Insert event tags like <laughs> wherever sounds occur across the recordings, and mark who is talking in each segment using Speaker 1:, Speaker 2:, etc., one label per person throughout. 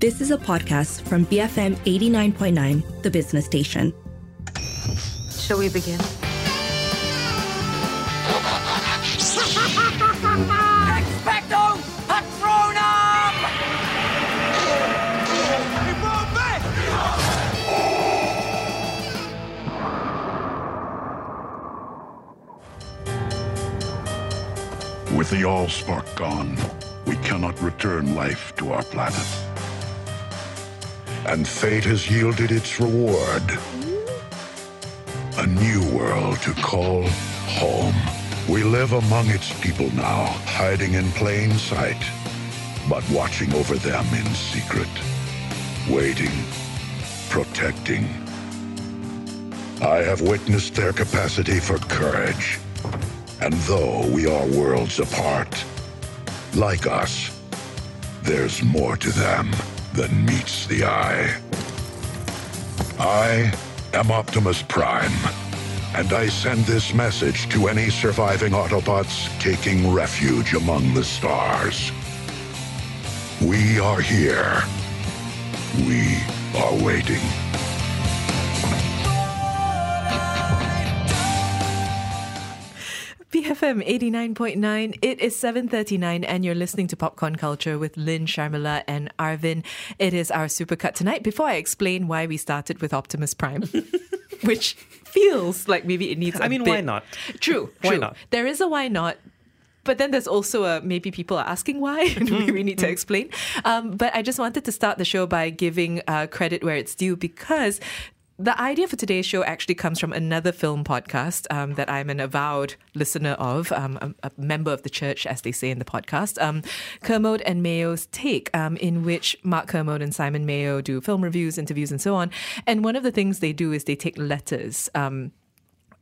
Speaker 1: This is a podcast from BFM 89.9, the business station.
Speaker 2: Shall we begin?
Speaker 3: Expecto Patronum!
Speaker 4: With the Allspark gone, we cannot return life to our planet. And fate has yielded its reward a new world to call home. We live among its people now, hiding in plain sight, but watching over them in secret, waiting, protecting. I have witnessed their capacity for courage. And though we are worlds apart, like us, there's more to them than meets the eye. I am Optimus Prime, and I send this message to any surviving Autobots taking refuge among the stars. We are here. We are waiting.
Speaker 5: BFM 89.9. It is 7.39 and you're listening to Popcorn Culture with Lynn, Sharmila and Arvin. It is our supercut tonight. Before I explain why we started with Optimus Prime, <laughs> which feels like maybe it needs I
Speaker 6: I mean, why not?
Speaker 5: True,
Speaker 6: Why
Speaker 5: true.
Speaker 6: not?
Speaker 5: There is a why not. But then there's also a maybe people are asking why, <laughs> and we, we need
Speaker 6: Mm-hmm.
Speaker 5: to explain. Um, but I just wanted to start the show by giving uh, credit where it's due because the idea for today's show actually comes from another film podcast um, that I'm an avowed listener of, um, a, a member of the church, as they say in the podcast, um, Kermode and Mayo's Take, um, in which Mark Kermode and Simon Mayo do film reviews, interviews, and so on. And one of the things they do is they take letters. Um,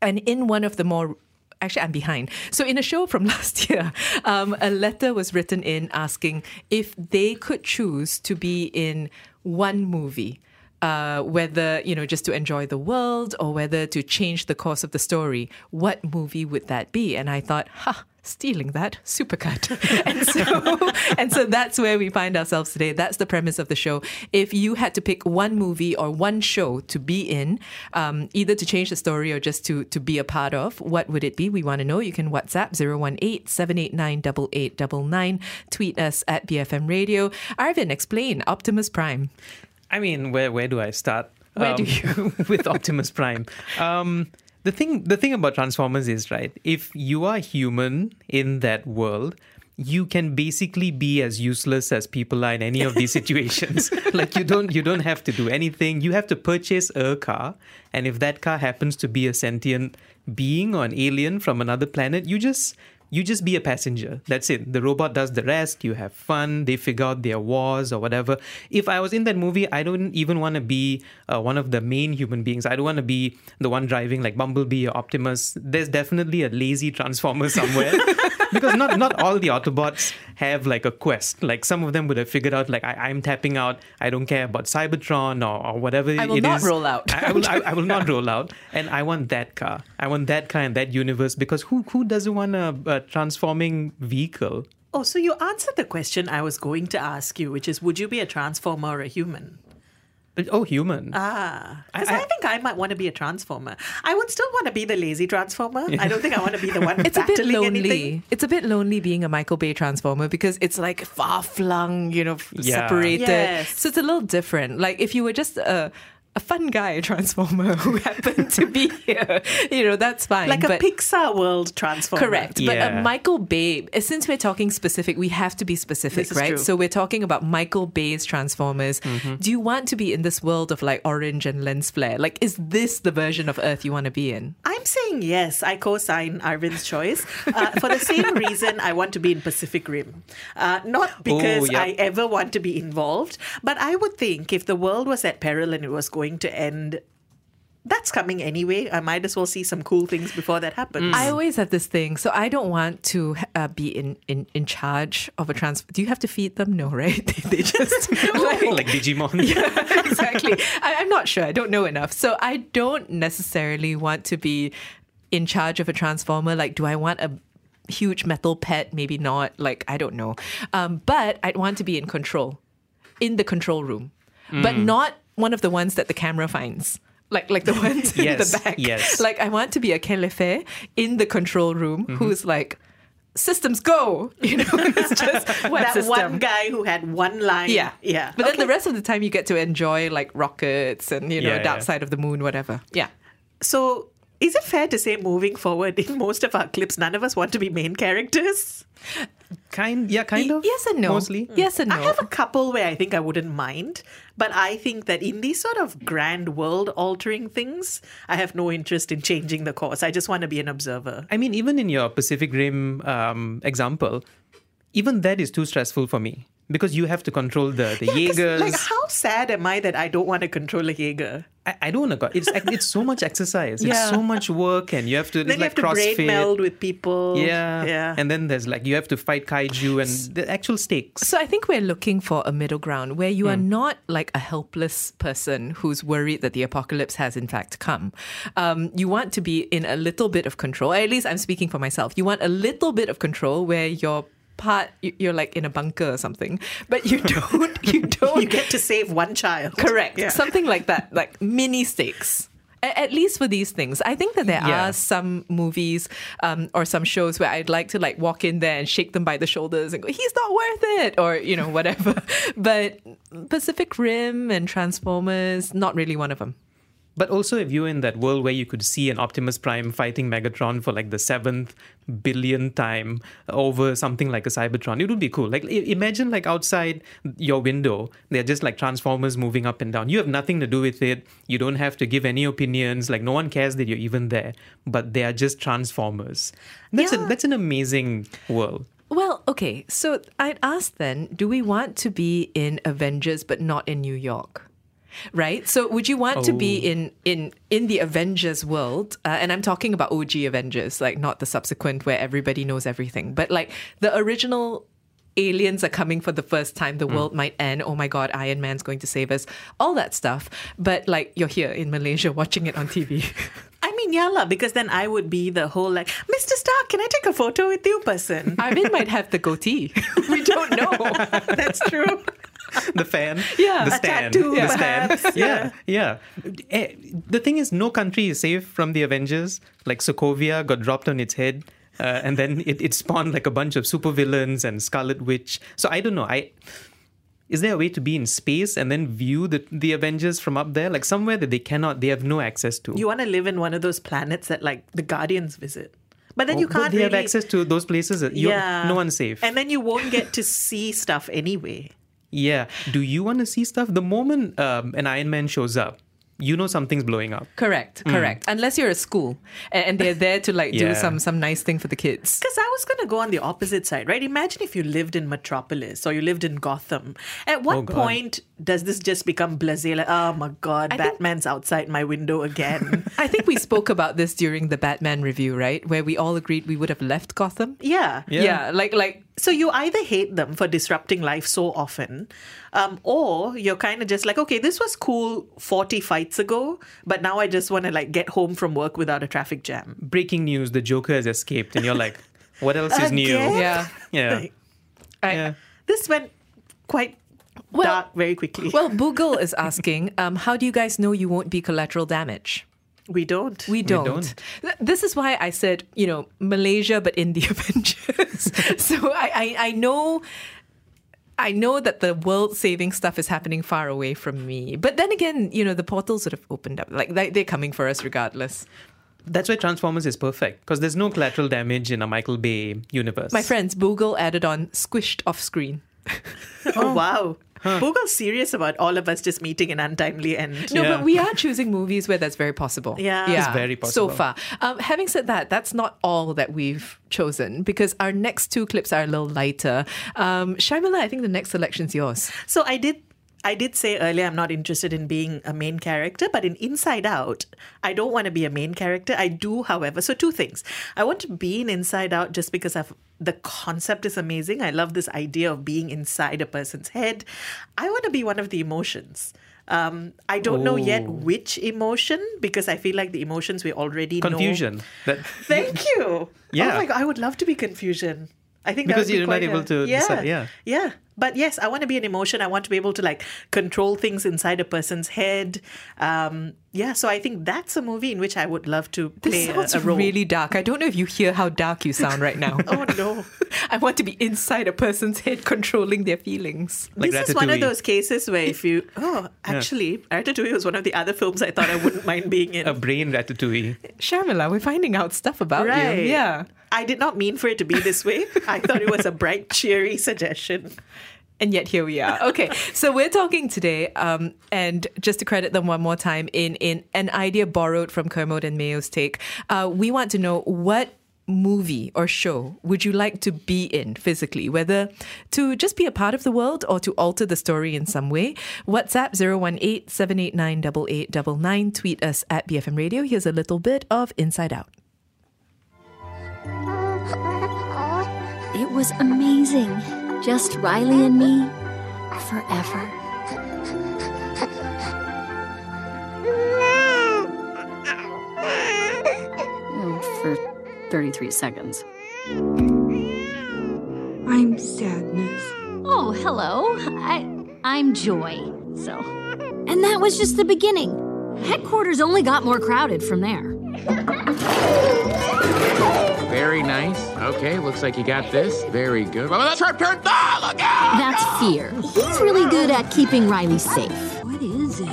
Speaker 5: and in one of the more actually i'm behind so in a show from <laughs> last year um, a letter was written in asking if they could choose to be in one movie uh, whether you know just to enjoy the world or whether to change the course of the story what movie would that be and i thought ha stealing that supercut <laughs> and so <laughs> and so that's where we find ourselves today that's the premise of the show if you had to pick one movie or one show to be in um, either to change the story or just to to be a part of what would it be we want to know you can whatsapp 018-789-8899 tweet us at bfm radio arvin explain optimus prime
Speaker 6: I mean, where where do I start?
Speaker 5: Where do
Speaker 6: you <laughs> with Optimus Prime? Um, the thing the thing about Transformers is right. If you are human in that world, you can basically be as useless as people are in any
Speaker 5: <laughs>
Speaker 6: of these situations. <laughs> like you don't you don't have to do anything. You have to purchase a car, and if that car happens to be a sentient being or an alien from another planet, you just you just be a passenger. That's it. The robot does the rest. You have fun. They figure out their wars or whatever. If I was in that movie, I don't even want to be uh, one of the main human beings. I don't want to be the one driving like Bumblebee or Optimus. There's definitely a lazy transformer somewhere. <laughs> because not, not all the Autobots have like a quest. Like some of them would have figured out like I, I'm tapping out. I don't care about Cybertron or, or whatever
Speaker 5: I will
Speaker 6: it
Speaker 5: not
Speaker 6: is.
Speaker 5: roll out.
Speaker 6: I,
Speaker 5: <laughs>
Speaker 6: I will, I, I will not roll out, and I want that car. I want that car in that universe because who who doesn't want a, a transforming vehicle?
Speaker 7: Oh, so you answered the question I was going to ask you, which is would you be a transformer or a human?
Speaker 6: But- Oh, human!
Speaker 7: Ah, Because I, think I might want to be a transformer. I would still want to be the lazy transformer. I don't think I want to be
Speaker 5: <laughs>
Speaker 7: the one
Speaker 5: It's a bit
Speaker 7: battling
Speaker 5: lonely.
Speaker 7: anything.
Speaker 5: It's a bit lonely being a Michael Bay transformer because it's like far flung, you know, f-
Speaker 6: Yeah.
Speaker 5: separated.
Speaker 7: Yes.
Speaker 5: So it's a little different. Like if you were just a a fun guy transformer <laughs> who happened to be here, you know, that's fine.
Speaker 7: Like a
Speaker 5: but-
Speaker 7: Pixar world transformer.
Speaker 5: Correct. But
Speaker 6: Yeah.
Speaker 5: uh, Michael Bay, uh, since we're talking specific, we have to be specific,
Speaker 7: This is
Speaker 5: right?
Speaker 7: true.
Speaker 5: So we're talking about Michael Bay's Transformers.
Speaker 6: Mm-hmm.
Speaker 5: Do you want to be in this world of like orange and lens flare? Like, is this the version of Earth you want to be in?
Speaker 7: I'm saying yes. I co-sign Arvin's choice uh, for the same reason I want to be in Pacific Rim, uh, not because
Speaker 6: yep.
Speaker 7: I ever want to be involved, but I would think if the world was at peril and it was going to end, that's coming anyway. I might as well see some cool things before that happens.
Speaker 5: I always have this thing. So I don't want to uh, be in, in, in charge of a trans. Do you have to feed them? No, right? <laughs> they, they just
Speaker 6: <laughs> like,
Speaker 5: like,
Speaker 7: <laughs>
Speaker 6: Digimon.
Speaker 5: <laughs> exactly. I, I'm not sure. I don't know enough. So I don't necessarily want to be in charge of a transformer. Like, do I want a huge metal pet? Maybe not. Like, I don't know. Um, but I'd want to be in control. in the control room, but
Speaker 7: Mm.
Speaker 5: not one of the ones that the camera finds. Like,
Speaker 7: <laughs>
Speaker 5: like the ones in
Speaker 6: Yes,
Speaker 5: the back.
Speaker 6: yes.
Speaker 5: Like I want to be a Kelefe in the control room
Speaker 7: Mm-hmm.
Speaker 5: who's like, systems go. <laughs> You know, it's just
Speaker 7: <laughs>
Speaker 5: what
Speaker 7: that
Speaker 5: system.
Speaker 7: one guy who had one line.
Speaker 5: Yeah,
Speaker 7: yeah.
Speaker 5: But then the rest of the time, you get to enjoy like rockets and you know
Speaker 6: Yeah,
Speaker 5: dark
Speaker 6: yeah.
Speaker 5: side of the moon, whatever. Yeah.
Speaker 7: So, is it fair to say, moving forward, in most of our clips, none of us want to be main characters?
Speaker 6: Kind, yeah, kind of.
Speaker 5: Yes and no. Mm.
Speaker 6: Mostly.
Speaker 5: Yes and no.
Speaker 7: I have a couple where I think I wouldn't mind, but I think that in these sort of grand world altering things, I have no interest in changing the course. I just want to be an observer.
Speaker 6: I mean, even in your Pacific Rim um, example, even that is too stressful for me because you have to control the the
Speaker 7: Yeah, 'cause,
Speaker 6: Jaegers.
Speaker 7: Like, how sad am I that I don't want to control a Jaeger?
Speaker 6: I, I don't want to. It's ac- it's so much exercise.
Speaker 7: Yeah.
Speaker 6: It's so much work, and you have to.
Speaker 7: Then
Speaker 6: it's
Speaker 7: you have to
Speaker 6: like CrossFit.
Speaker 7: brain meld with people.
Speaker 6: yeah,
Speaker 7: Yeah.
Speaker 6: And then there's like you have to fight kaiju and the actual stakes.
Speaker 5: So I think we're looking for a middle ground where you are not like a helpless person who's worried that the apocalypse has in fact come. Um, you want to be in a little bit of control. At least I'm speaking for myself. You want a little bit of control where you're part you- you're like in a bunker or something, but you <laughs> don't. You don't
Speaker 7: you get to save one child.
Speaker 5: Correct.
Speaker 7: Yeah.
Speaker 5: Something like that, like mini stakes. A- At least for these things, I think that there
Speaker 6: Yeah.
Speaker 5: are some movies um, or some shows where I'd like to like walk in there and shake them by the shoulders and go, "He's not worth it," or you know whatever. <laughs> but Pacific Rim and Transformers, not really one of them.
Speaker 6: But also, if you're in that world where you could see an Optimus Prime fighting Megatron for like the seventh billion time over something like a Cybertron, it would be cool. Like i- imagine like outside your window, they're just like Transformers moving up and down. You have nothing to do with it. You don't have to give any opinions. Like no one cares that you're even there. But they are just Transformers. That's a,
Speaker 5: Yeah.
Speaker 6: that's an amazing world.
Speaker 5: Well, okay. So I'd ask then, do we want to be in Avengers but not in New York? Right? So would you want to be in in in the Avengers world? Uh, and I'm talking about OG Avengers, like not the subsequent where everybody knows everything, but like the original aliens are coming for the first time the world might end oh my god iron man's going to save us all that stuff but like you're here in malaysia <laughs> watching it on tv
Speaker 7: I mean, yeah, lah, because then I would be the whole like, Mr. Stark, can I take a photo with you person?
Speaker 5: armin might have the goatee <laughs> we don't know
Speaker 7: <laughs> That's true.
Speaker 6: the fan,
Speaker 5: Yeah.
Speaker 6: the
Speaker 5: A
Speaker 6: stand,
Speaker 7: tattoo,
Speaker 6: the
Speaker 7: perhaps.
Speaker 6: stand. <laughs> Yeah, yeah. Eh, The thing is, no country is safe from the Avengers. Like Sokovia got dropped on its head. Uh, and then it, it spawned like a bunch of supervillains and Scarlet Witch. So I don't know. I is there a way to be in space and then view the the Avengers from up there, like somewhere that they cannot, they have no access to.
Speaker 7: You want to live in one of those planets that like the Guardians visit, but then
Speaker 6: Oh,
Speaker 7: you
Speaker 6: but
Speaker 7: can't
Speaker 6: they have
Speaker 7: really-
Speaker 6: access to those places. that you- no one's safe.
Speaker 7: and then you won't get to see stuff anyway.
Speaker 6: yeah. Do you want to see stuff? The moment um, an Iron Man shows up, you know something's blowing up.
Speaker 5: Correct, correct. Unless you're a school and, and they're there to like
Speaker 6: Yeah.
Speaker 5: do some some nice thing for the kids.
Speaker 7: Because I was going to go on the opposite side, right? Imagine if you lived in Metropolis or you lived in Gotham. At what
Speaker 6: Oh, God.
Speaker 7: point does this just become blasé? Like, oh my God,
Speaker 5: I think-
Speaker 7: Batman's outside my window
Speaker 6: <laughs>
Speaker 7: again.
Speaker 5: I think we spoke about this during the Batman review, right? Where we all agreed we would have left Gotham.
Speaker 7: yeah.
Speaker 5: Yeah, like like
Speaker 7: So you either hate them for disrupting life so often, um, or you're kind of just like, okay, this was cool 40 fights ago, but now I just want to like get home from work without a traffic jam.
Speaker 6: breaking news the joker has escaped and you're like what else is
Speaker 7: Again?
Speaker 6: new
Speaker 5: yeah.
Speaker 6: yeah
Speaker 7: <laughs> Like,
Speaker 5: I-
Speaker 6: yeah
Speaker 7: this went quite
Speaker 5: Well-
Speaker 7: dark very quickly.
Speaker 5: Well, Boogle is asking, um, how do you guys know you won't be collateral damage?
Speaker 7: we don't.
Speaker 5: We don't.
Speaker 6: don't.
Speaker 5: Th- This is why I said, you know, Malaysia, but in the <laughs>
Speaker 6: <laughs>
Speaker 5: Avengers. so I, I, I know. I know that the world saving stuff is happening far away from me. But then again, you know, the portals would have opened up. Like, they- they're coming for us regardless.
Speaker 6: that's why transformers is perfect because there's no collateral damage in a michael bay universe
Speaker 5: My friends, Boogle added on squished off screen.
Speaker 7: <laughs>
Speaker 5: <laughs>
Speaker 7: Oh, wow. Google's serious about all of us just meeting an untimely end.
Speaker 5: No,
Speaker 6: Yeah.
Speaker 5: but we are choosing movies where that's very possible.
Speaker 7: Yeah. It's
Speaker 6: very
Speaker 5: So
Speaker 6: possible.
Speaker 5: far. Um, having said that, that's not all that we've chosen because our next two clips are a little lighter. Um, Shamila, I think the next selection's yours.
Speaker 7: So I did. I did say earlier I'm not interested in being a main character, but in Inside Out, I don't want to be a main character. I do, however. So two things. I want to be in Inside Out just because I've the concept is amazing. I love this idea of being inside a person's head. I want to be one of the emotions. Um, I don't know yet
Speaker 5: Oh.
Speaker 7: which emotion because I feel like the emotions we already know.
Speaker 6: confusion that
Speaker 7: Thank you.
Speaker 6: Yeah.
Speaker 7: Oh my god, I would love to be confusion. I think that
Speaker 6: Because
Speaker 7: would be
Speaker 6: you're not
Speaker 7: quite
Speaker 6: able
Speaker 7: a-
Speaker 6: to decide- yeah.
Speaker 7: yeah. But yes, I want to be an emotion. I want to be able to like control things inside a person's head. Um, yeah, so I think that's a movie in which I would love to play
Speaker 5: This
Speaker 7: a,
Speaker 5: sounds
Speaker 7: a role.
Speaker 5: really dark. I don't know if you hear how dark you sound right now.
Speaker 7: oh no.
Speaker 5: <laughs> I want to be inside a person's head controlling their feelings.
Speaker 6: <laughs> Like
Speaker 7: this is one of
Speaker 6: Ratatouille.
Speaker 7: those cases where if
Speaker 6: <laughs>
Speaker 7: you oh actually Ratatouille was one of the other films I thought I wouldn't mind being
Speaker 6: <laughs>
Speaker 7: in.
Speaker 6: A brain ratatouille.
Speaker 5: Shamila, we're finding out stuff about
Speaker 7: right?
Speaker 5: you. Yeah.
Speaker 7: I did not mean for it to be this way. I thought it was a bright, cheery suggestion.
Speaker 5: And yet here we are. <laughs> Okay, so we're talking today, um, and just to credit them one more time, in in an idea borrowed from Kermode and Mayo's take, uh, we want to know what movie or show would you like to be in physically, whether to just be a part of the world or to alter the story in some way. WhatsApp 018-789-8899. Tweet us at BFM Radio. Here's a little bit of Inside Out.
Speaker 8: It was amazing. Just Riley and me forever. Oh, for 33 seconds.
Speaker 9: I'm sadness.
Speaker 8: Oh, hello. I I'm Joy. So, and that was just the beginning. Headquarters only got more crowded from there.
Speaker 10: Very nice. Okay, looks like you got this. Very good. Well, that's her turn. Ah, look out!
Speaker 8: That's fear. He's really good at keeping Riley safe. What is it?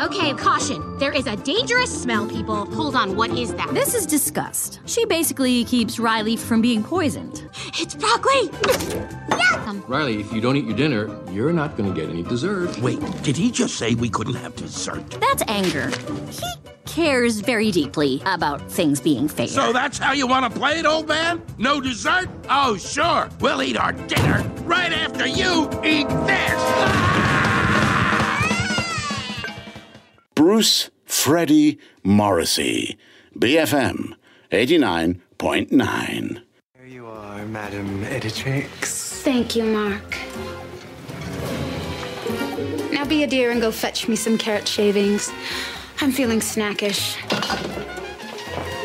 Speaker 11: Okay, caution. There is a dangerous smell, people. Hold on, what is that?
Speaker 8: This is disgust. She basically keeps Riley from being poisoned. Um,
Speaker 11: It's broccoli!
Speaker 10: Riley, if you don't eat your dinner, you're not going to get any dessert.
Speaker 12: Wait, did he just say we couldn't have dessert?
Speaker 8: That's anger. He cares very deeply about things being fair.
Speaker 12: So that's how you want to play it, old man? No dessert? Oh, sure. We'll eat our dinner right after you eat this.
Speaker 13: <laughs> Bruce Freddie Morrissey, BFM 89.9.
Speaker 14: There you are, Madam Editrix.
Speaker 15: Thank you, Mark. Now be a dear and go fetch me some carrot shavings. I'm feeling snackish.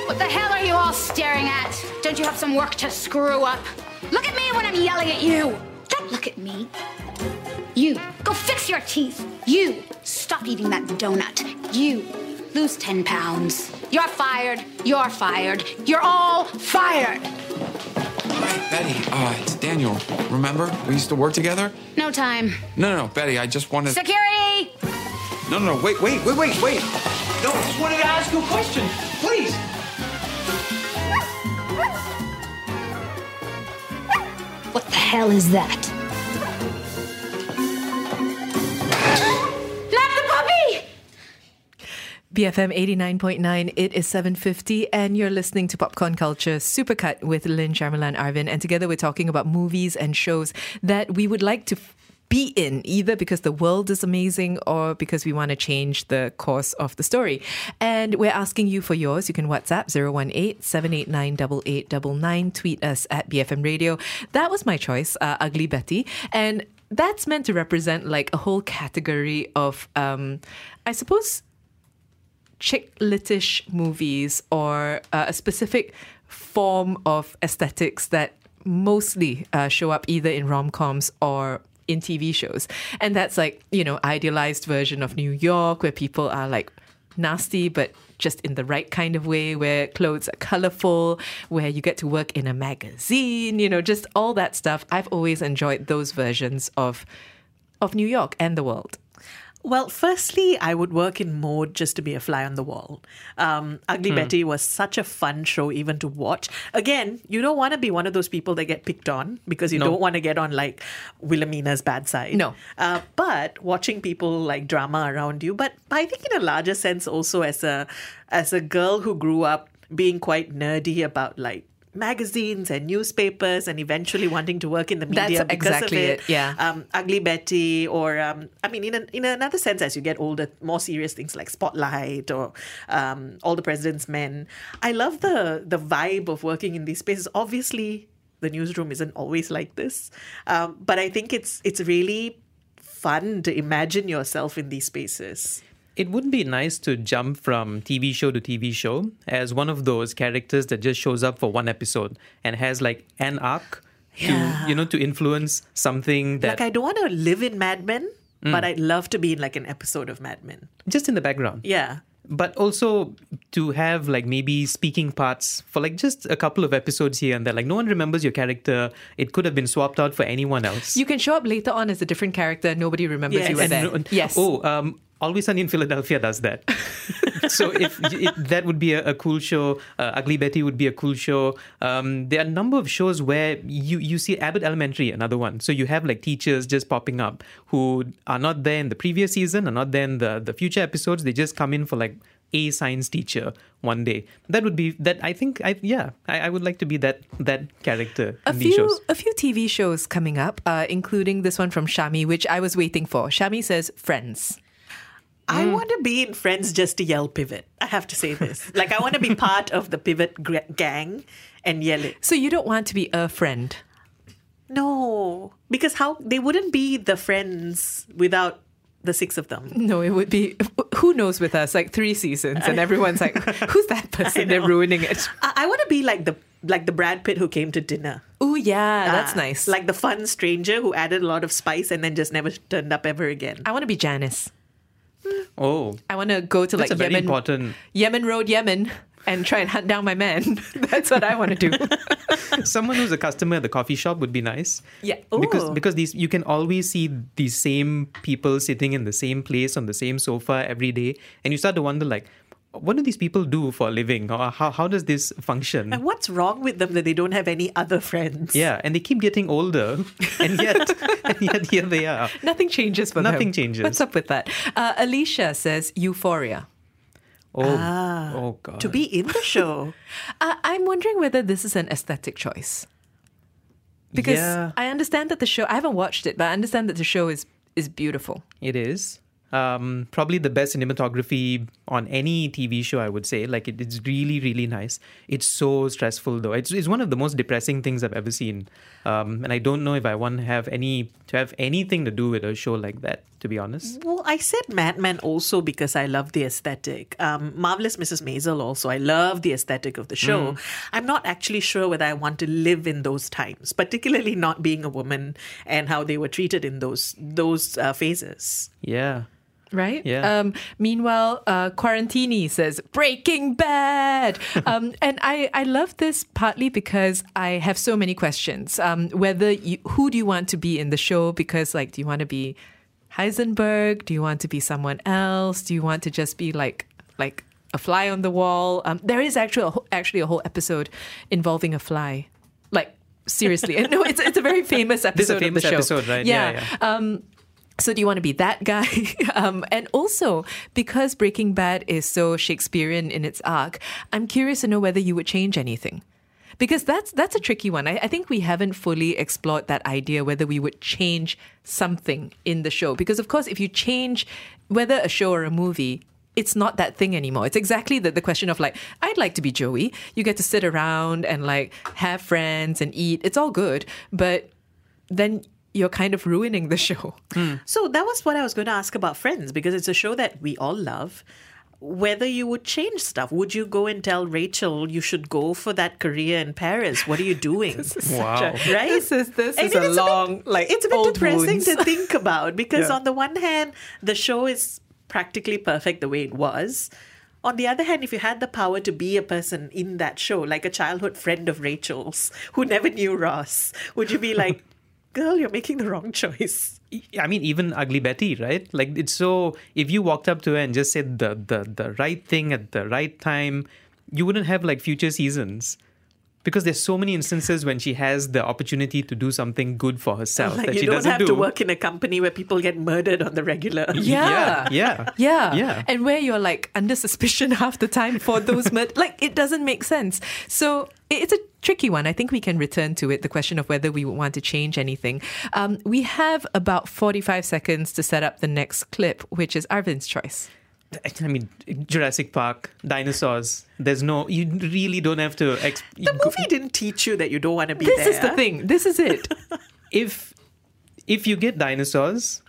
Speaker 11: What the hell are you all staring at? Don't you have some work to screw up? Look at me when I'm yelling at you! Don't look at me.
Speaker 15: You, go fix your teeth. You, stop eating that donut. You, lose 10 pounds.
Speaker 11: You're fired. You're fired. You're all fired.
Speaker 16: Betty, uh, it's Daniel. Remember? We used to work together?
Speaker 15: No time.
Speaker 16: No, no, no, Betty, I just wanted.
Speaker 11: Security!
Speaker 16: No, no, no, wait, wait, wait, wait, wait. No, I just wanted to ask you a question. Please.
Speaker 15: What the hell is that?
Speaker 11: Not the puppy!
Speaker 5: BFM 89.9, it is 7.50 and you're listening to Popcorn Culture Supercut with Lynn, Sharmila and Arvin. And together we're talking about movies and shows that we would like to f- be in, either because the world is amazing or because we want to change the course of the story. And we're asking you for yours. You can WhatsApp 018-789-8899, tweet us at BFM Radio. That was my choice, uh, Ugly Betty. And that's meant to represent like a whole category of, um, I suppose chick litish movies or uh, a specific form of aesthetics that mostly uh, show up either in rom coms or in TV shows. And that's like, you know, idealized version of New York where people are like nasty but just in the right kind of way where clothes are colorful where you get to work in a magazine you know just all that stuff i've always enjoyed those versions of of new york and the world
Speaker 7: Well, firstly, I would work in mode just to be a fly on the wall. Um,
Speaker 5: Hmm.
Speaker 7: Ugly Betty was such a fun show, even to watch. Again, you don't want to be one of those people that get picked on because you
Speaker 5: No.
Speaker 7: don't want to get on like Wilhelmina's bad side.
Speaker 5: No.
Speaker 7: Uh, but watching people like drama around you, but I think in a larger sense also as a as a girl who grew up being quite nerdy about like magazines and newspapers and eventually wanting to work in the
Speaker 5: That's
Speaker 7: media because
Speaker 5: exactly
Speaker 7: of
Speaker 5: it, yeah.
Speaker 7: um, Ugly Betty, or um, I mean, in, an, in another sense, as you get older, more serious things like Spotlight or um, All the President's Men. I love the the vibe of working in these spaces. Obviously, the newsroom isn't always like this, um, but I think it's it's really fun to imagine yourself in these spaces.
Speaker 6: It would be nice to jump from TV show to TV show as one of those characters that just shows up for one episode and has like an arc.
Speaker 7: Yeah.
Speaker 6: to you know to influence something that
Speaker 7: Like, I don't want to live in Mad Men,
Speaker 6: Mm.
Speaker 7: but I'd love to be in like an episode of Mad Men.
Speaker 6: just in the background.
Speaker 7: Yeah.
Speaker 6: But also to have like maybe speaking parts for like just a couple of episodes here and there. Like no one remembers your character. It could have been swapped out for anyone else.
Speaker 5: You can show up later on as a different character. Nobody remembers you were
Speaker 6: And
Speaker 5: there.
Speaker 6: no-
Speaker 5: yes.
Speaker 6: Oh, um, Always Sunny in Philadelphia does
Speaker 5: <laughs>
Speaker 6: that. so if it, that would be a, a cool show, uh, Ugly Betty would be a cool show. Um, there are a number of shows where you you see Abbott Elementary, another one. So you have like teachers just popping up who are not there in the previous season, are not there in the the future episodes. They just come in for like a science teacher one day. That would be that. I think I yeah I, I would like to be that that character
Speaker 5: a few
Speaker 6: in these shows.
Speaker 5: a few TV shows coming up, uh, including this one from Shami, which I was waiting for. Shami says Friends.
Speaker 7: I
Speaker 5: Mm.
Speaker 7: want to be in Friends just to yell pivot. I have to say
Speaker 5: <laughs>
Speaker 7: this. Like, I want to be part of the pivot gr- gang and yell it.
Speaker 5: So you don't want to be a friend?
Speaker 7: No. Because how they wouldn't be the friends without the six of them.
Speaker 5: No, it would be who knows with us like three seasons, and everyone's
Speaker 6: <laughs>
Speaker 5: like, "Who's that person?" They're ruining it.
Speaker 7: I, I want to be like the like the Brad Pitt who came to dinner. Uh,
Speaker 5: Oh yeah, that's nice.
Speaker 7: Like the fun stranger who added a lot of spice and then just never turned up ever again.
Speaker 5: I want to be Janice.
Speaker 6: Oh,
Speaker 5: I want to go to
Speaker 6: that's
Speaker 5: like
Speaker 6: a very
Speaker 5: Yemen,
Speaker 6: important.
Speaker 5: Yemen Road, Yemen, and try and hunt down my man. <laughs> that's what I want to
Speaker 6: <laughs>
Speaker 5: do.
Speaker 6: someone who's a customer at the coffee shop would be nice.
Speaker 5: Yeah.
Speaker 6: Because
Speaker 5: Ooh.
Speaker 6: because these you can always see these same people sitting in the same place on the same sofa every day, and you start to wonder like, what do these people do for a living, or how how does this function?
Speaker 7: And what's wrong with them that they don't have any other friends?
Speaker 6: Yeah, and they keep getting older, <laughs> and yet and yet here they are.
Speaker 5: Nothing changes for them.
Speaker 6: Nothing changes.
Speaker 5: What's up with that? Uh, Alicia says Euphoria.
Speaker 6: Oh, oh God.
Speaker 5: Ah. to
Speaker 7: be in the show.
Speaker 5: uh, I'm wondering whether this is an aesthetic choice. Because
Speaker 6: Yeah.
Speaker 5: I understand that the show, I haven't watched it, but I understand that the show is is beautiful.
Speaker 6: It is. Um, probably the best cinematography on any TV show, I would say. Like, it, it's really, really nice. It's so stressful, though. It's, it's one of the most depressing things I've ever seen. Um, and I don't know if I want to have any to have anything to do with a show like that. To be honest,
Speaker 7: Well, I said Mad Men also because I love the aesthetic. Um, Marvelous Mrs. Maisel also. I love the aesthetic of the show.
Speaker 6: Mm.
Speaker 7: I'm not actually sure whether I want to live in those times, particularly not being a woman and how they were treated in those those uh, phases.
Speaker 6: yeah.
Speaker 5: Right?
Speaker 7: Yeah.
Speaker 5: Um, meanwhile, uh, Quarantini says, Breaking Bad! um, and I, I love this partly because I have so many questions. Um, whether you, who do you want to be in the show? Because, like, do you want to be Heisenberg? Do you want to be someone else? Do you want to just be like, like, a fly on the wall. Um, there is actually a, whole- actually a whole episode involving a fly, like seriously. <laughs> And no, it's it's a very famous episode.
Speaker 6: This is a
Speaker 5: of the
Speaker 6: famous
Speaker 5: show.
Speaker 6: episode, right?
Speaker 5: Yeah.
Speaker 6: Yeah,
Speaker 5: Um, so do you want to be that guy? <laughs> um, and also, because Breaking Bad is so Shakespearean in its arc, I'm curious to know whether you would change anything. Because that's that's a tricky one. I, I think we haven't fully explored that idea whether we would change something in the show. Because of course, if you change whether a show or a movie, it's not that thing anymore. It's exactly the, the question of like, I'd like to be Joey. You get to sit around and like have friends and eat. It's all good, but then you're kind of ruining the show.
Speaker 7: So that was what I was going to ask about Friends because it's a show that we all love. Whether you would change stuff, would you go and tell Rachel you should go for that career in Paris? What are you
Speaker 5: <laughs>
Speaker 7: doing?
Speaker 5: Wow.
Speaker 7: right?
Speaker 5: This is- this
Speaker 7: And
Speaker 5: is
Speaker 7: it
Speaker 5: a long,
Speaker 7: bit,
Speaker 5: like,
Speaker 7: it's a bit
Speaker 5: old
Speaker 7: depressing
Speaker 5: wounds. <laughs>
Speaker 7: to think about because
Speaker 5: Yeah.
Speaker 7: on the one hand, the show is practically perfect the way it was. On the other hand, if you had the power to be a person in that show, like a childhood friend of Rachel's who never knew Ross, would you be like, girl, you're making the wrong <laughs> choice?
Speaker 6: I mean, even Ugly Betty, right? Like, it's so. If you walked up to her and just said the the the right thing at the right time, you wouldn't have like future seasons. Because there's so many instances when she has the opportunity to do something good for herself
Speaker 7: Like
Speaker 6: that
Speaker 7: you
Speaker 6: she
Speaker 7: don't
Speaker 6: doesn't
Speaker 7: have
Speaker 6: do.
Speaker 7: to work in a company where people get murdered on the regular.
Speaker 5: Yeah.
Speaker 6: yeah,
Speaker 5: Yeah.
Speaker 6: yeah.
Speaker 5: And where you're like under suspicion <laughs> half the time for those mur- <laughs> like it doesn't make sense. So i- it's a tricky one. I think we can return to it the question of whether we would want to change anything. Um, we have about 45 seconds to set up the next clip, which is Arvin's choice.
Speaker 6: I mean, Jurassic Park, dinosaurs. There's no. You really don't have to. Exp- the
Speaker 7: movie didn't teach you that you don't want to be
Speaker 5: This
Speaker 6: there.
Speaker 5: is the thing. This is it.
Speaker 6: if if you get dinosaurs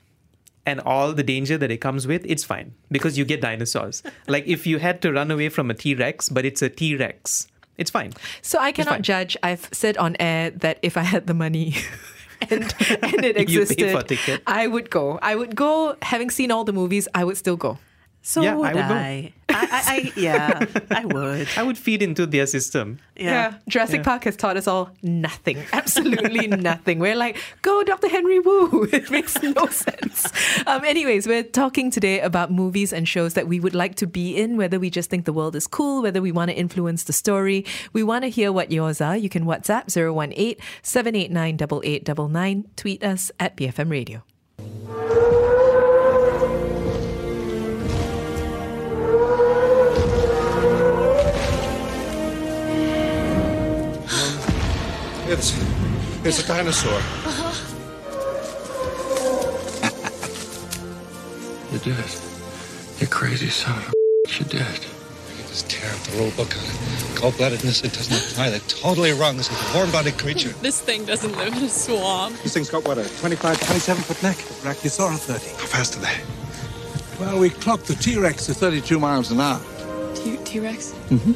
Speaker 6: and all the danger that it comes with, it's fine because you get dinosaurs. like if you had to run away from a T Rex, but it's a T Rex. It's fine.
Speaker 5: So I cannot judge. I've said on air that if I had the money <laughs> and, and it
Speaker 6: <laughs> You pay for
Speaker 5: existed,
Speaker 6: a ticket.
Speaker 5: I would go. I would go. Having seen all the movies, I would still go.
Speaker 7: So
Speaker 6: Yeah, I would go. I-
Speaker 7: I, yeah, I <laughs> would.
Speaker 6: I would feed into their system.
Speaker 5: Yeah. Jurassic
Speaker 6: Yeah.
Speaker 5: Park has taught us all nothing. <laughs> Absolutely nothing. We're like, go Dr. Henry Wu. <laughs> It makes no sense. Um, anyways, we're talking today about movies and shows that we would like to be in, whether we just think the world is cool, whether we want to influence the story. We want to hear what yours are. You can WhatsApp 018 789 8899, tweet us at BFM Radio.
Speaker 4: It's it's a dinosaur.
Speaker 8: You did it. You crazy son of a you did it. You just tear up the rule book on it. Cold-blooded innocent doesn't apply. They're totally wrong. This is a warm-bodied creature.
Speaker 17: <laughs> This thing doesn't live in a swamp.
Speaker 8: This thing's got what, a 25, 27 foot neck? Brachiosaurus 30. How fast are they? Well, we clocked the T-Rex at 32 miles an hour.
Speaker 17: T T Rex?
Speaker 8: Mm-hmm.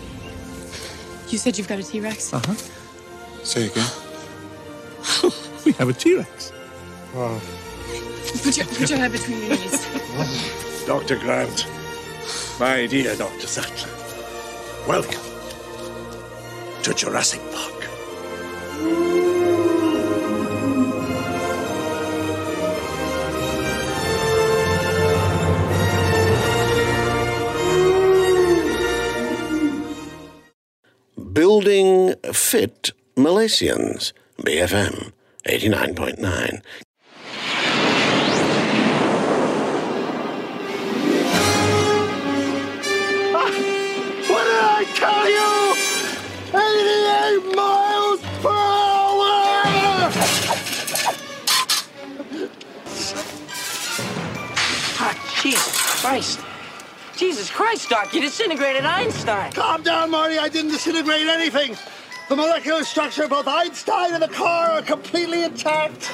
Speaker 17: You said you've got a T Rex?
Speaker 8: Uh-huh. Say again. <laughs> we have a T-Rex. Wow.
Speaker 17: Put your, put your head between your knees.
Speaker 8: <laughs>
Speaker 4: Dr. Grant. My dear Dr. Sattler. Welcome to Jurassic Park.
Speaker 18: Building Fit Malaysians, BFM 89.9.
Speaker 4: What did I tell you? 88 miles per hour!
Speaker 19: Ah, Jesus Christ. Jesus Christ, Doc, you disintegrated Einstein.
Speaker 4: Calm down, Marty. I didn't disintegrate anything. The molecular structure of both Einstein and the car are completely intact.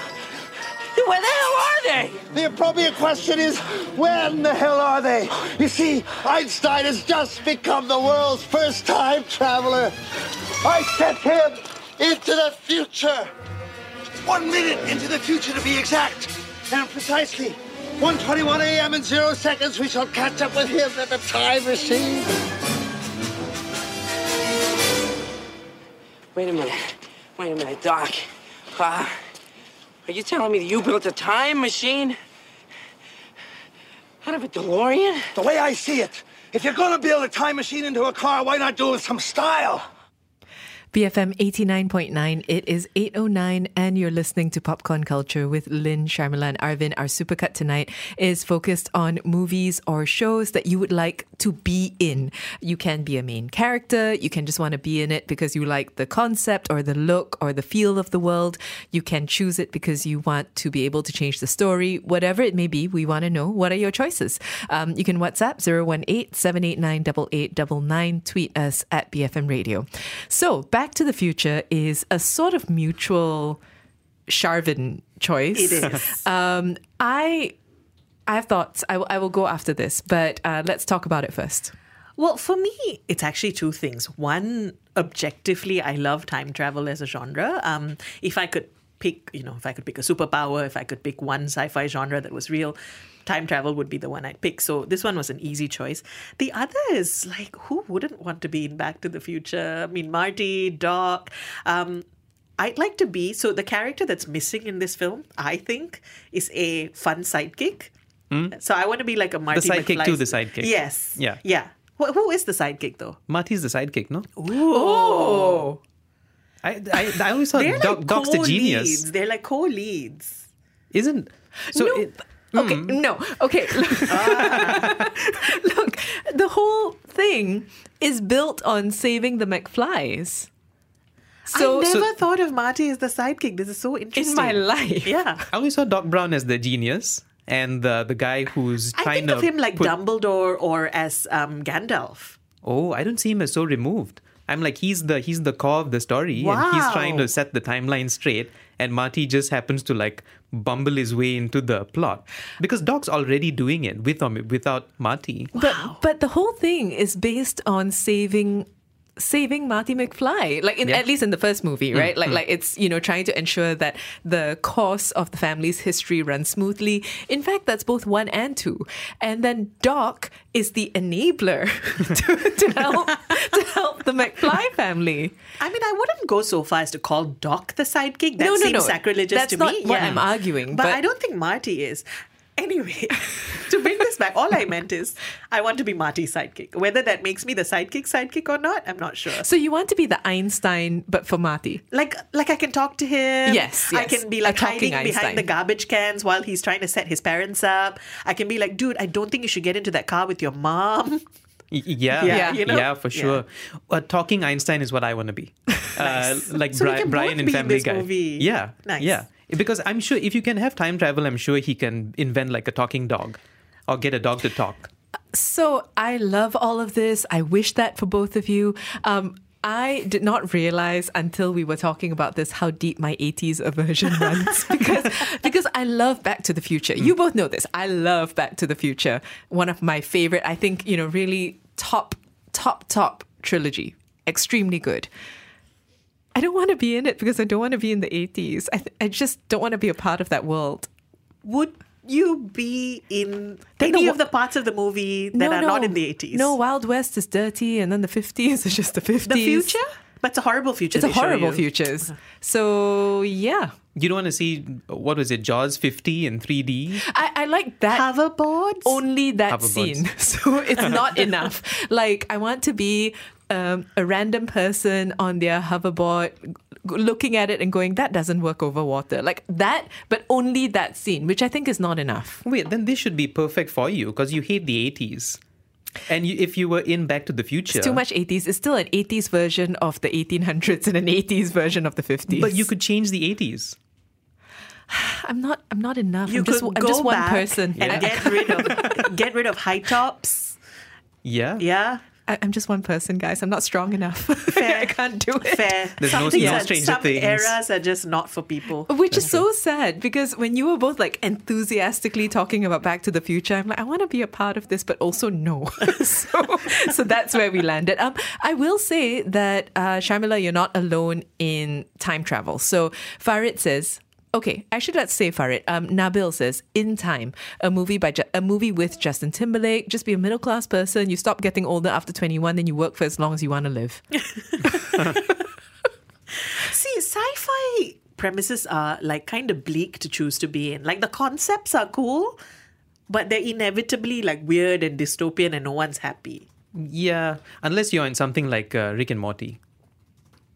Speaker 4: Where the hell are they? The appropriate question is,
Speaker 8: <laughs>
Speaker 4: when the hell are they? You see, Einstein has just become the world's first time traveler. I sent him into the future. One minute into the future, to be exact. And precisely 1.21 a.m. in zero seconds, we shall catch up with him at the time machine.
Speaker 19: Wait a minute. Wait a minute, Doc. Uh, are you telling me that you built a time machine?
Speaker 4: Out of a DeLorean? The way I see it, if you're gonna build a time machine into a car, why not do it with some style?
Speaker 5: BFM 89.9, it is 8.09 and you're listening to Popcorn Culture with Lynn, Sharmila and Arvin. Our supercut tonight is focused on movies or shows that you would like to be in. You can be a main character, you can just want to be in it because you like the concept or the look or the feel of the world. You can choose it because you want to be able to change the story. Whatever it may be, we want to know what are your choices. Um, you can WhatsApp 018 789 8899, tweet us at BFM Radio. So, Back to the Future is a sort of mutual Sharvin choice.
Speaker 7: It is.
Speaker 5: <laughs> Um, I. I have thoughts. I will- I will go after this, but uh, let's talk about it first.
Speaker 7: Well, for me, it's actually two things. One, objectively, I love time travel as a genre. Um, if I could pick, you know, if I could pick a superpower, if I could pick one sci-fi genre that was real, time travel would be the one I'd pick. So this one was an easy choice. The other is like, who wouldn't want to be in Back to the Future? I mean, Marty, Doc. Um, I'd like to be. So the character that's missing in this film, I think, is a fun sidekick. So I want to be like a Marty
Speaker 6: sidekick
Speaker 7: McFly.
Speaker 6: to Hmm? the sidekick.
Speaker 7: Yes.
Speaker 6: Yeah.
Speaker 7: Yeah. Wh- who is the sidekick though?
Speaker 6: Marty's the sidekick, no?
Speaker 7: Oh.
Speaker 6: I, I, I always thought Doc, Doc's the genius.
Speaker 7: They're like co-leads.
Speaker 6: Isn't so? it-
Speaker 5: Okay,
Speaker 7: hmm.
Speaker 5: no. Okay. <laughs> Look,
Speaker 7: Ah.
Speaker 5: <laughs> Look, the whole thing is built on saving the McFlys. So
Speaker 7: I never thought of Marty as the sidekick. This is so interesting.
Speaker 5: my life.
Speaker 7: Yeah.
Speaker 6: I always saw Doc Brown as the genius and the the guy who's
Speaker 7: I
Speaker 6: trying
Speaker 7: think
Speaker 6: to
Speaker 7: of him like
Speaker 6: put-
Speaker 7: Dumbledore or as um, Gandalf.
Speaker 6: Oh, I don't see him as so removed. I'm like he's the he's the core of the story and he's trying
Speaker 7: Wow.
Speaker 6: to set the timeline straight and Marty just happens to like bumble his way into the plot because Doc's already doing it with or without Marty.
Speaker 5: But but the whole thing is based on saving saving Marty McFly, like in,
Speaker 6: Yeah.
Speaker 5: at least in the first movie, right? Like
Speaker 6: mm.
Speaker 5: like it's you know trying to ensure that the course of the family's history runs smoothly. In fact, that's both one and two. And then Doc is the enabler <laughs> to, to help to help the McFly family.
Speaker 7: I mean, I wouldn't go so far as to call Doc the sidekick. That
Speaker 5: No, no,
Speaker 7: seems
Speaker 5: no.
Speaker 7: sacrilegious
Speaker 5: That's
Speaker 7: to
Speaker 5: not
Speaker 7: me.
Speaker 5: what I'm arguing,
Speaker 7: But,
Speaker 5: but-
Speaker 7: I don't think Marty is. Anyway, <laughs> to bring this back, all I meant is I want to be Marty's sidekick. Whether that makes me the sidekick sidekick or not, I'm not sure.
Speaker 5: So you want to be the Einstein, but for Marty.
Speaker 7: like like I can talk to him.
Speaker 5: Yes,
Speaker 7: I
Speaker 5: yes.
Speaker 7: can be
Speaker 5: A
Speaker 7: like
Speaker 5: talking
Speaker 7: hiding behind the
Speaker 5: Einstein.
Speaker 7: garbage cans while he's trying to set his parents up. I can be like, dude, I don't think you should get into that car with your mom.
Speaker 6: Y- Yeah,
Speaker 7: Yeah,
Speaker 6: yeah,
Speaker 7: you know?
Speaker 6: yeah, for
Speaker 7: Yeah.
Speaker 6: sure. Uh, talking Einstein is what I want to
Speaker 7: <laughs>
Speaker 6: be, uh, like
Speaker 7: So we
Speaker 6: Bri-
Speaker 7: can both
Speaker 6: Brian and
Speaker 7: be in
Speaker 6: Family
Speaker 7: this
Speaker 6: Guy.
Speaker 7: movie.
Speaker 6: Yeah,
Speaker 7: Nice.
Speaker 6: yeah. Because I'm sure if you can have time travel, I'm sure he can invent like a talking dog, or get a dog to talk.
Speaker 5: So I love all of this. I wish that for both of you. Um, I did not realize until we were talking about this how deep my 80s aversion runs because because I love Back to the Future. You both know this. I love Back to the Future. One of my favorite, I think, you know, really top top top trilogy. Extremely good. I don't want to be in it because I don't want to be in the 80s. I, I just don't want to be a part of that world.
Speaker 7: Would you be in
Speaker 5: Then
Speaker 7: any
Speaker 5: the-
Speaker 7: of the parts of the movie that are not in the eighties?
Speaker 5: No, Wild West is dirty, and then the 50s is just the 50s.
Speaker 7: The future? But it's a horrible future.
Speaker 5: It's a
Speaker 7: they show
Speaker 5: horrible
Speaker 7: you. Uh-huh.
Speaker 5: futures. So, yeah.
Speaker 6: You don't want to see what was it, Jaws 50 in 3D?
Speaker 5: I, I like that.
Speaker 7: Hoverboards?
Speaker 5: Only that
Speaker 6: Hoverboards.
Speaker 5: scene. <laughs> So it's
Speaker 7: <laughs>
Speaker 5: not enough. Like, I want to be um, a random person on their hoverboard g- looking at it and going, that doesn't work over water. Like that, but only that scene, which I think is not enough.
Speaker 6: Wait, then this should be perfect for you because you hate the 80s, and you, if you were in Back to the Future,
Speaker 5: It's too much 80s. It's still an 80s version of the 1800s and an 80s version of the 50s.
Speaker 6: But you could change the 80s.
Speaker 5: I'm not. I'm not enough.
Speaker 7: You
Speaker 5: I'm
Speaker 7: could
Speaker 5: just,
Speaker 7: go
Speaker 5: I'm just one
Speaker 7: back
Speaker 5: person.
Speaker 7: and get rid <laughs> of get rid of high tops.
Speaker 6: Yeah.
Speaker 7: <laughs> Yeah.
Speaker 5: <laughs> I, I'm just one person, guys. I'm not strong enough. <laughs> I can't do it.
Speaker 7: Fair.
Speaker 6: There's no-
Speaker 7: things
Speaker 6: no
Speaker 7: are-
Speaker 6: Stranger
Speaker 7: some
Speaker 6: Things.
Speaker 7: eras are just not for people.
Speaker 5: Which is so sad because when you were both like enthusiastically talking about Back to the Future, I'm like, I want to be a part of this, but also no. <laughs> so, so that's where we landed. Um, I will say that uh, Shamila, you're not alone in time travel. So Farid says. Okay, actually, let's say Farid. Um, Nabil says, "In Time, a movie by Ju- a movie with Justin Timberlake. Just be a middle class person. You stop getting older after twenty one, then you work for as long as you want to live."
Speaker 7: See, sci-fi premises are like kind of bleak to choose to be in. Like the concepts are cool, but they're inevitably like weird and dystopian, and no one's happy.
Speaker 6: Yeah, unless you're in something like uh, Rick and Morty,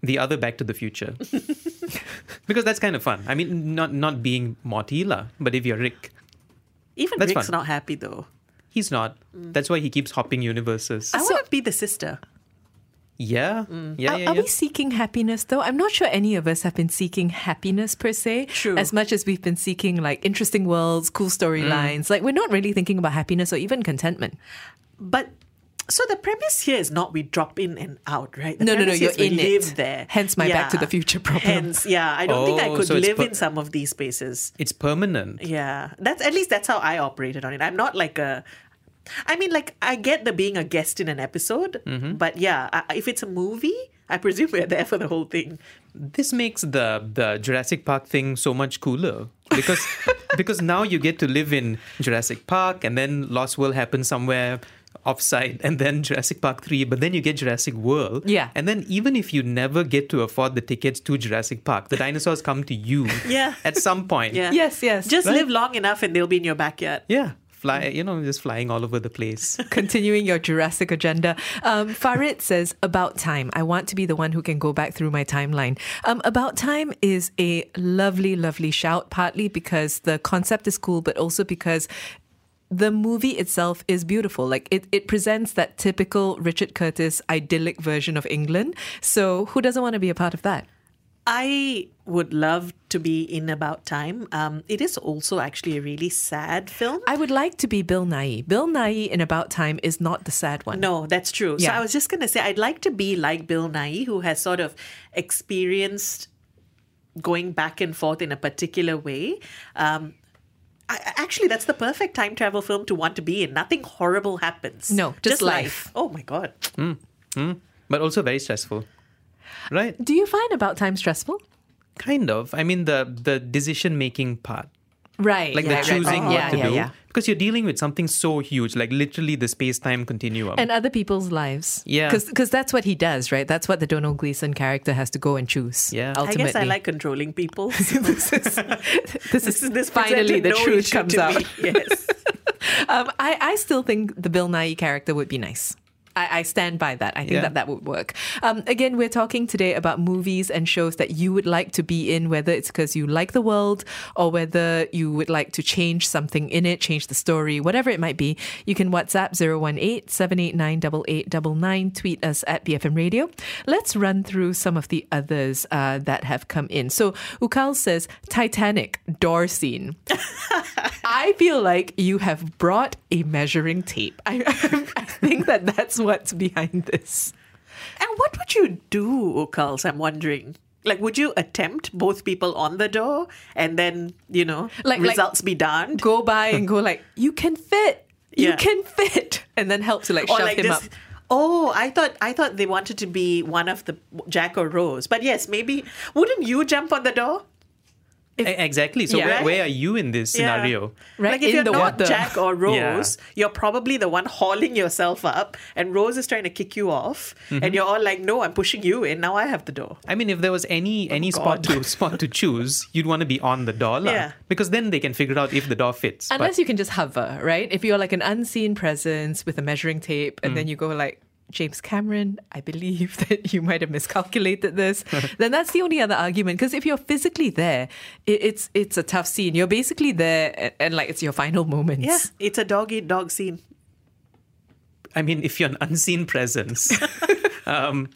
Speaker 6: the other Back to
Speaker 5: <laughs>
Speaker 6: the Future, because that's kind of fun. I mean, not not being Morty lah, but if you're Rick,
Speaker 7: Even
Speaker 6: That's
Speaker 7: Rick's
Speaker 6: fun.
Speaker 7: not happy though.
Speaker 6: he's not.
Speaker 5: Mm.
Speaker 6: That's why he keeps hopping universes.
Speaker 7: I want to be the sister.
Speaker 6: Yeah, yeah,
Speaker 5: Mm. are,
Speaker 6: yeah.
Speaker 5: are
Speaker 6: yeah.
Speaker 5: we seeking happiness though? I'm not sure any of us have been seeking happiness per se.
Speaker 7: True.
Speaker 5: As much as we've been seeking like interesting worlds, cool
Speaker 6: Mm.
Speaker 5: storylines. Like we're not really thinking about happiness or even contentment.
Speaker 7: But so the premise here is not we drop in and out, right? The
Speaker 5: No, no, no,
Speaker 7: premise is
Speaker 5: you're
Speaker 7: we
Speaker 5: in it.
Speaker 7: live there.
Speaker 5: Hence my Back to the Future problem.
Speaker 7: Hence, yeah, I don't think I
Speaker 6: Oh,
Speaker 7: could
Speaker 6: so it's
Speaker 7: live
Speaker 6: per-
Speaker 7: in some of these spaces.
Speaker 6: It's permanent.
Speaker 7: Yeah, that's at least that's how I operated on it. I'm not like a. I mean, like I get the being a guest in an episode,
Speaker 6: Mm-hmm.
Speaker 7: but yeah, I, if it's a movie, I presume we're there for the whole thing.
Speaker 6: This makes the the Jurassic Park thing so much cooler
Speaker 7: <laughs>
Speaker 6: because because now you get to live in Jurassic Park, and then Lost World happens somewhere offsite, and then Jurassic Park three, but then you get Jurassic World.
Speaker 5: Yeah.
Speaker 6: and then even if you never get to afford the tickets to Jurassic Park, the dinosaurs come to you.
Speaker 7: <laughs> Yeah.
Speaker 6: at some point.
Speaker 7: Yeah.
Speaker 5: Yes, yes.
Speaker 7: Just live long enough, and they'll be in your backyard.
Speaker 6: yeah, fly. You know, just flying all over the
Speaker 7: <laughs>
Speaker 6: place.
Speaker 5: Continuing your Jurassic agenda, um, Farid says, "About time. I want to be the one who can go back through my timeline." Um, About time is a lovely, lovely shout. Partly because the concept is cool, but also because the movie itself is beautiful. Like it, it presents that typical Richard Curtis idyllic version of England. So who doesn't want to be a part of that?
Speaker 7: I would love to be in About Time. Um, it is also actually a really sad film.
Speaker 5: I would like to be Bill Nye. Bill Nye in About Time is not the sad one.
Speaker 7: No, that's true. So
Speaker 5: Yeah.
Speaker 7: I was just gonna say I'd like to be like Bill Nye, who has sort of experienced going back and forth in a particular way. Um, I, I- actually, that's the perfect time travel film to want to be in. Nothing horrible happens.
Speaker 5: No, just life.
Speaker 7: Oh my god.
Speaker 6: but also very stressful. Right?
Speaker 5: Do you find about time stressful?
Speaker 6: Kind of. I mean the the decision making part.
Speaker 5: Right.
Speaker 6: Like
Speaker 5: yeah,
Speaker 6: the
Speaker 5: right.
Speaker 6: choosing what
Speaker 5: yeah,
Speaker 6: to
Speaker 5: yeah,
Speaker 6: do.
Speaker 5: yeah.
Speaker 6: Because you're dealing with something so huge, like literally the space time continuum.
Speaker 5: And other people's lives.
Speaker 6: Yeah.
Speaker 5: Because that's what he does, right? That's what the Donald Gleason character has to go and choose. Yeah. Ultimately.
Speaker 7: I guess I like controlling
Speaker 5: <laughs>
Speaker 7: people. <laughs> this is
Speaker 5: this
Speaker 7: <laughs>
Speaker 5: is
Speaker 7: this
Speaker 5: finally
Speaker 7: presented
Speaker 5: the
Speaker 7: no
Speaker 5: truth
Speaker 7: issue
Speaker 5: comes
Speaker 7: to
Speaker 5: out. <laughs>
Speaker 7: me. <laughs> Yes.
Speaker 5: um, I, I still think the Bill Nye character would be nice. I, I stand by that. I think
Speaker 19: Yeah.
Speaker 5: that that would work. Um, again, we're talking today about movies and shows that you would like to be in, whether it's because you like the world or whether you would like to change something in it, change the story, whatever it might be. You can WhatsApp 018 789 8899, tweet us at BFM Radio. Let's run through some of the others uh, that have come in. So Ukal says Titanic door scene. I feel like you have brought a measuring tape. I, <laughs> I think that that's what's behind this.
Speaker 7: And what would you do, Ukals? I'm wondering. Like, would you attempt both people on the door and then, you know,
Speaker 5: Like- like-
Speaker 7: results be darned?
Speaker 5: Go by and go like, you can fit. You
Speaker 7: Yeah.
Speaker 5: can fit. And then help to like shove him up.
Speaker 7: Oh, I thought I thought they wanted to be one of the Jack or Rose. But yes, maybe wouldn't you jump on the door?
Speaker 6: E- exactly. So
Speaker 7: Yeah.
Speaker 6: where,
Speaker 7: Right.
Speaker 6: where are you in this
Speaker 7: Yeah.
Speaker 6: scenario?
Speaker 7: Like if you're not Jack or Rose,
Speaker 6: <laughs> Yeah.
Speaker 7: you're probably the one hauling yourself up, and Rose is trying to kick you off,
Speaker 6: Mhm.
Speaker 7: and you're all like, "No, I'm pushing you in. Now I have the door."
Speaker 6: I mean, if there was any
Speaker 5: Oh,
Speaker 6: any spot to <laughs> spot to choose, you'd want to be on the door, lah.
Speaker 5: Yeah.
Speaker 6: because then they can figure out if the door fits. But-
Speaker 5: Unless you can just hover, right? If you're like an unseen presence with a measuring tape
Speaker 7: Mm.
Speaker 5: and then you go like, James Cameron, I believe <laughs> that you might have miscalculated
Speaker 7: <laughs>
Speaker 5: this. then that's the only other argument. Because if you're physically there, it, it's it's a tough scene. You're basically there and, and like it's your final moments.
Speaker 7: Yeah, it's a dog eat dog scene.
Speaker 6: I mean, if you're an unseen presence <laughs> um,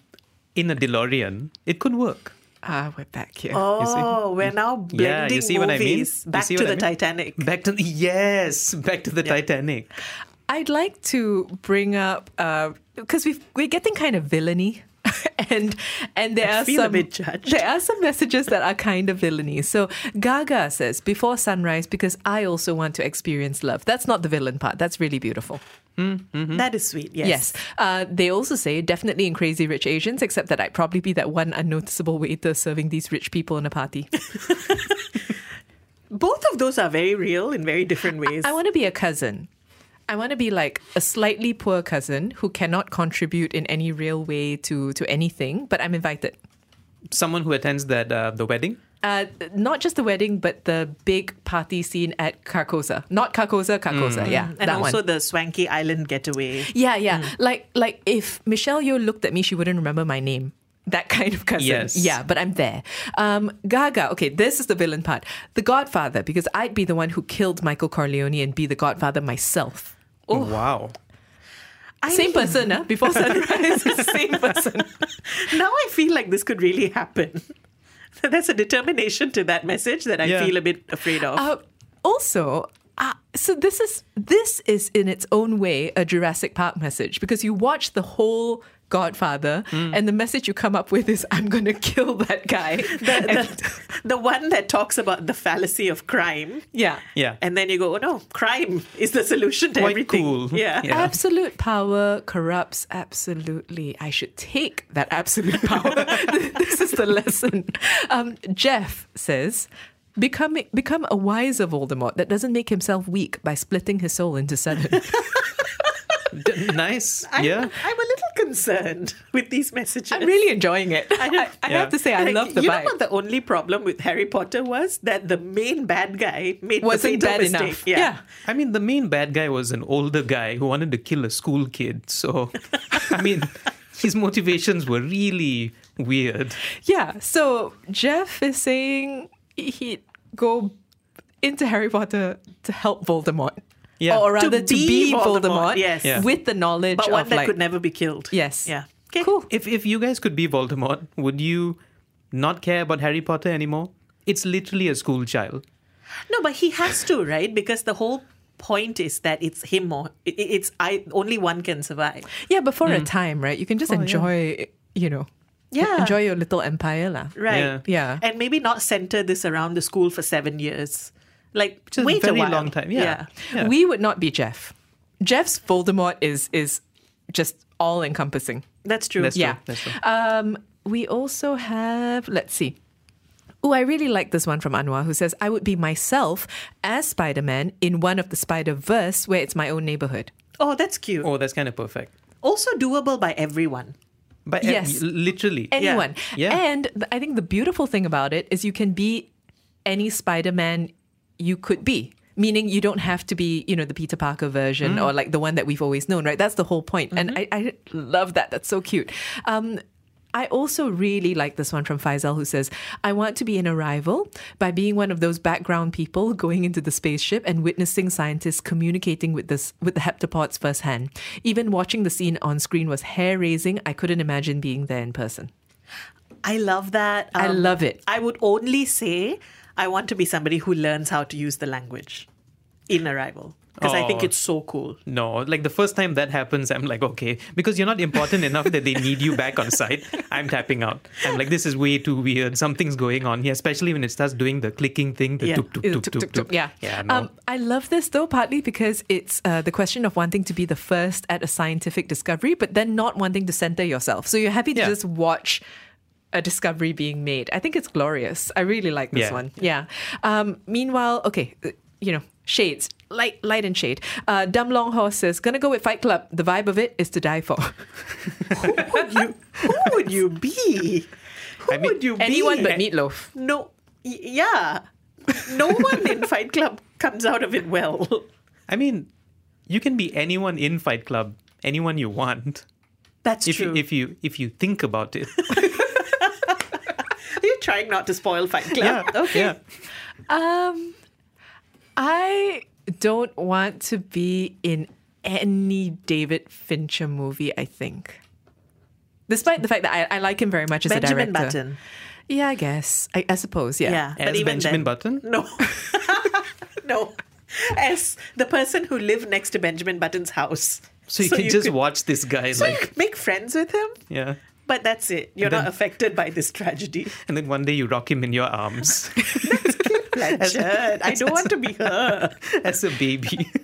Speaker 6: in a DeLorean, it could work.
Speaker 5: Ah, we're back here.
Speaker 6: You see? Mm.
Speaker 7: Oh, we're now blending
Speaker 6: yeah, you see what I mean?
Speaker 7: movies
Speaker 6: You
Speaker 7: back
Speaker 6: see
Speaker 7: to
Speaker 6: what
Speaker 7: the
Speaker 6: I mean? Mm-hmm.
Speaker 7: Titanic.
Speaker 6: Back to the, yes, back to the Titanic.
Speaker 5: I'd like to bring up because we've we're getting kind of villainy. <laughs> and and there
Speaker 7: I
Speaker 5: are
Speaker 7: feel a
Speaker 5: some
Speaker 7: bit judged.
Speaker 5: there are some messages that are kind of villainy. So Gaga says before sunrise because I also want to experience love. That's not the villain part. That's really beautiful.
Speaker 7: That is sweet. Yes.
Speaker 5: Uh, they also say definitely in Crazy Rich Asians, except that I'd probably be that one unnoticeable waiter serving these rich people in a party.
Speaker 7: Both of those are very real in very different ways.
Speaker 5: I want to be a cousin. I want to be like a slightly poor cousin who cannot contribute in any real way to to anything, but I'm invited.
Speaker 6: Someone who attends that uh, the wedding.
Speaker 5: Uh, not just the wedding, but the big party scene at Carcosa. Not Carcosa, Carcosa.
Speaker 7: Mm.
Speaker 5: Yeah,
Speaker 7: And
Speaker 5: that
Speaker 7: also Mm.
Speaker 5: one.
Speaker 7: the swanky island getaway.
Speaker 5: yeah, yeah. Like like if Michelle Yeoh looked at me, she wouldn't remember my name. That kind of cousin.
Speaker 19: Yes.
Speaker 5: Yeah, but I'm there. Um, Gaga. Okay, this is the villain part. The Godfather, because I'd be the one who killed Michael Corleone and be the Godfather myself.
Speaker 6: Oh wow!
Speaker 5: Same person, huh? <laughs> Before sunrise, same person.
Speaker 7: Now I feel like this could really happen. <laughs> That's a determination to that message that I
Speaker 5: Yeah.
Speaker 7: feel a bit afraid of. <laughs>
Speaker 5: <laughs> Uh, also, uh, so this is this is in its own way a Jurassic Park message because you watch the whole Godfather, and the message you come up with is, "I'm going to kill <laughs> that guy." And-
Speaker 7: <laughs> the one that talks about the fallacy of crime.
Speaker 5: Yeah.
Speaker 6: Yeah.
Speaker 7: And then you go, oh no, crime is the solution to
Speaker 6: Quite
Speaker 7: everything.
Speaker 6: cool.
Speaker 7: <laughs> Yeah.
Speaker 5: <laughs> Absolute power corrupts absolutely. I should take that absolute <laughs> power. this is the lesson. Um, Jeff says, become, become a wiser Voldemort that doesn't make himself weak by splitting his soul into seven.
Speaker 6: D- nice.
Speaker 7: I'm,
Speaker 6: yeah.
Speaker 7: I'm a little concerned <laughs> with these messages. <laughs>
Speaker 5: I'm really enjoying it. I, I
Speaker 6: Yeah.
Speaker 5: have to say, I
Speaker 7: Like,
Speaker 5: love the
Speaker 7: you
Speaker 5: vibe.
Speaker 7: know what the only problem with Harry Potter was that the main bad guy made
Speaker 5: Wasn't
Speaker 7: the fatal
Speaker 5: bad
Speaker 7: mistake.
Speaker 5: enough.
Speaker 7: Yeah.
Speaker 6: I mean, the main bad guy was an older guy who wanted to kill a school kid. So, I <laughs> mean, his motivations were really weird.
Speaker 5: Yeah. So Jeff is saying he'd go into Harry Potter to help Voldemort.
Speaker 6: Yeah.
Speaker 5: Or
Speaker 6: To
Speaker 5: rather to be,
Speaker 6: be
Speaker 5: Voldemort,
Speaker 6: Voldemort, yes. Yeah.
Speaker 5: with the knowledge
Speaker 7: But one
Speaker 5: of
Speaker 7: that
Speaker 5: like,
Speaker 7: could never be killed.
Speaker 5: Yes.
Speaker 7: Yeah.
Speaker 5: Cool.
Speaker 6: If if you guys could be Voldemort, would you not care about Harry Potter anymore? It's literally a school child.
Speaker 7: No, but he has to, right? Because the whole point is that it's him or it, it's I only one can survive.
Speaker 5: Yeah, but for a time, right? You can just
Speaker 7: Mm. Oh, yeah.
Speaker 5: enjoy, you know, e-,
Speaker 7: Yeah.
Speaker 5: enjoy your little empire, lah.
Speaker 7: Right.
Speaker 5: Yeah. yeah.
Speaker 7: And maybe not center this around the school for seven years. Like
Speaker 5: a
Speaker 7: wait
Speaker 5: very
Speaker 7: a while.
Speaker 5: long time, yeah. We would not be Jeff. Jeff's Voldemort is is just all encompassing.
Speaker 7: That's true.
Speaker 6: That's true.
Speaker 5: yeah.
Speaker 6: That's true.
Speaker 5: Um, we also have, let's see. Oh, I really like this one from Anwar who says, I would be myself as Spider Man in one of the Spider Verse where it's my own neighborhood.
Speaker 7: Oh, that's cute.
Speaker 6: Oh, that's kind of perfect.
Speaker 7: Also doable by everyone.
Speaker 6: But uh,
Speaker 5: Yes.
Speaker 6: l- literally
Speaker 5: Anyone.
Speaker 6: Yeah.
Speaker 5: And th- I think the beautiful thing about it is you can be any Spider Man you could be. Meaning you don't have to be, you know, the Peter Parker version
Speaker 19: Mm.
Speaker 5: or like the one that we've always known, right? That's the whole point. And
Speaker 6: Mm-hmm.
Speaker 5: I, I love that. That's so cute. Um, I also really like this one from Faisal who says, I want to be an arrival by being one of those background people going into the spaceship and witnessing scientists communicating with this with the heptapods firsthand. Even watching the scene on screen was hair raising. I couldn't imagine being there in person.
Speaker 7: I love that. Um,
Speaker 5: I love it.
Speaker 7: I would only say I want to be somebody who learns how to use the language in Arrival because I think
Speaker 6: Oh.
Speaker 7: it's so cool.
Speaker 6: No, like the first time that happens, I'm like, okay, because you're not important enough that they need you back on site. I'm tapping out. I'm like, this is way too weird. Something's going on here, especially when it starts doing the clicking thing, the
Speaker 5: Yeah.
Speaker 6: toop, toop,
Speaker 5: The
Speaker 6: toop,
Speaker 5: toop,
Speaker 6: toop,
Speaker 5: toop,
Speaker 6: toop.
Speaker 5: toop. Yeah.
Speaker 6: Yeah, no.
Speaker 5: Um, I love this though, partly because it's uh, the question of wanting to be the first at a scientific discovery, but then not wanting to center yourself. So you're happy to just watch a discovery being made. I think it's glorious. I really like this
Speaker 19: Yeah.
Speaker 5: one. Yeah. Um, meanwhile, okay, uh, you know, shades, light, light and shade. Uh, Dumb Long Horse says, gonna go with Fight Club. The vibe of it is to die for.
Speaker 7: who would you be? Who would you be?
Speaker 5: anyone but Meatloaf.
Speaker 7: No, y- yeah. No one in Fight Club comes out of it well.
Speaker 6: I mean, you can be anyone in Fight Club, anyone you want.
Speaker 7: That's
Speaker 6: if
Speaker 7: true.
Speaker 6: You, if you if you think about it,
Speaker 7: Are you trying not to spoil Fight Club?
Speaker 6: <laughs>
Speaker 7: <laughs>
Speaker 6: yeah,
Speaker 7: Okay.
Speaker 6: yeah.
Speaker 5: Um, I don't want to be in any David Fincher movie. I think, despite the fact that I, I like him very much as
Speaker 7: Benjamin
Speaker 5: a director.
Speaker 7: Button.
Speaker 5: Yeah, I guess. I, I suppose. Yeah.
Speaker 7: Yeah, but As even Benjamin then-
Speaker 6: Button.
Speaker 7: No. <laughs> no. As the person who lived next to Benjamin Button's house.
Speaker 6: So you can just
Speaker 7: could-
Speaker 6: watch this guy,
Speaker 7: so you
Speaker 6: like,
Speaker 7: could <laughs> make friends with him,
Speaker 6: yeah.
Speaker 7: but that's it. You're
Speaker 6: Then-
Speaker 7: not affected by this
Speaker 6: <laughs>
Speaker 7: tragedy.
Speaker 6: And then one day you rock him in your arms <laughs>
Speaker 7: Blanchard. I don't want to be her.
Speaker 6: as a baby.
Speaker 5: <laughs>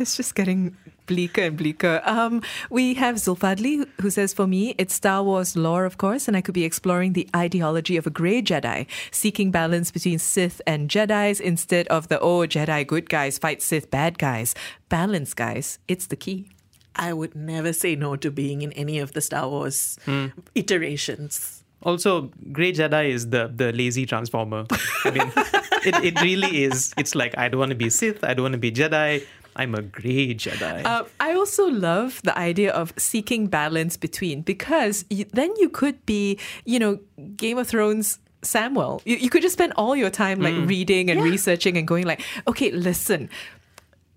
Speaker 5: It's just getting bleaker and bleaker. Um, we have Zulfadli who- who says, For me, it's Star Wars lore, of course, and I could be exploring the ideology of a grey Jedi, seeking balance between Sith and Jedi's instead of the, oh, Jedi good guys fight Sith bad guys. Balance, guys, it's the key.
Speaker 7: I would never say no to being in any of the Star Wars
Speaker 6: Hmm.
Speaker 7: iterations.
Speaker 6: Also, Grey Jedi is the the lazy transformer. I mean, it, it really is. It's like I don't want to be Sith. I don't want to be Jedi. I'm a Grey Jedi.
Speaker 5: Uh, I also love the idea of seeking balance between because you, then you could be, you know, Game of Thrones Samwell. You, you could just spend all your time like
Speaker 19: Mm.
Speaker 5: reading and researching and going like, okay, listen,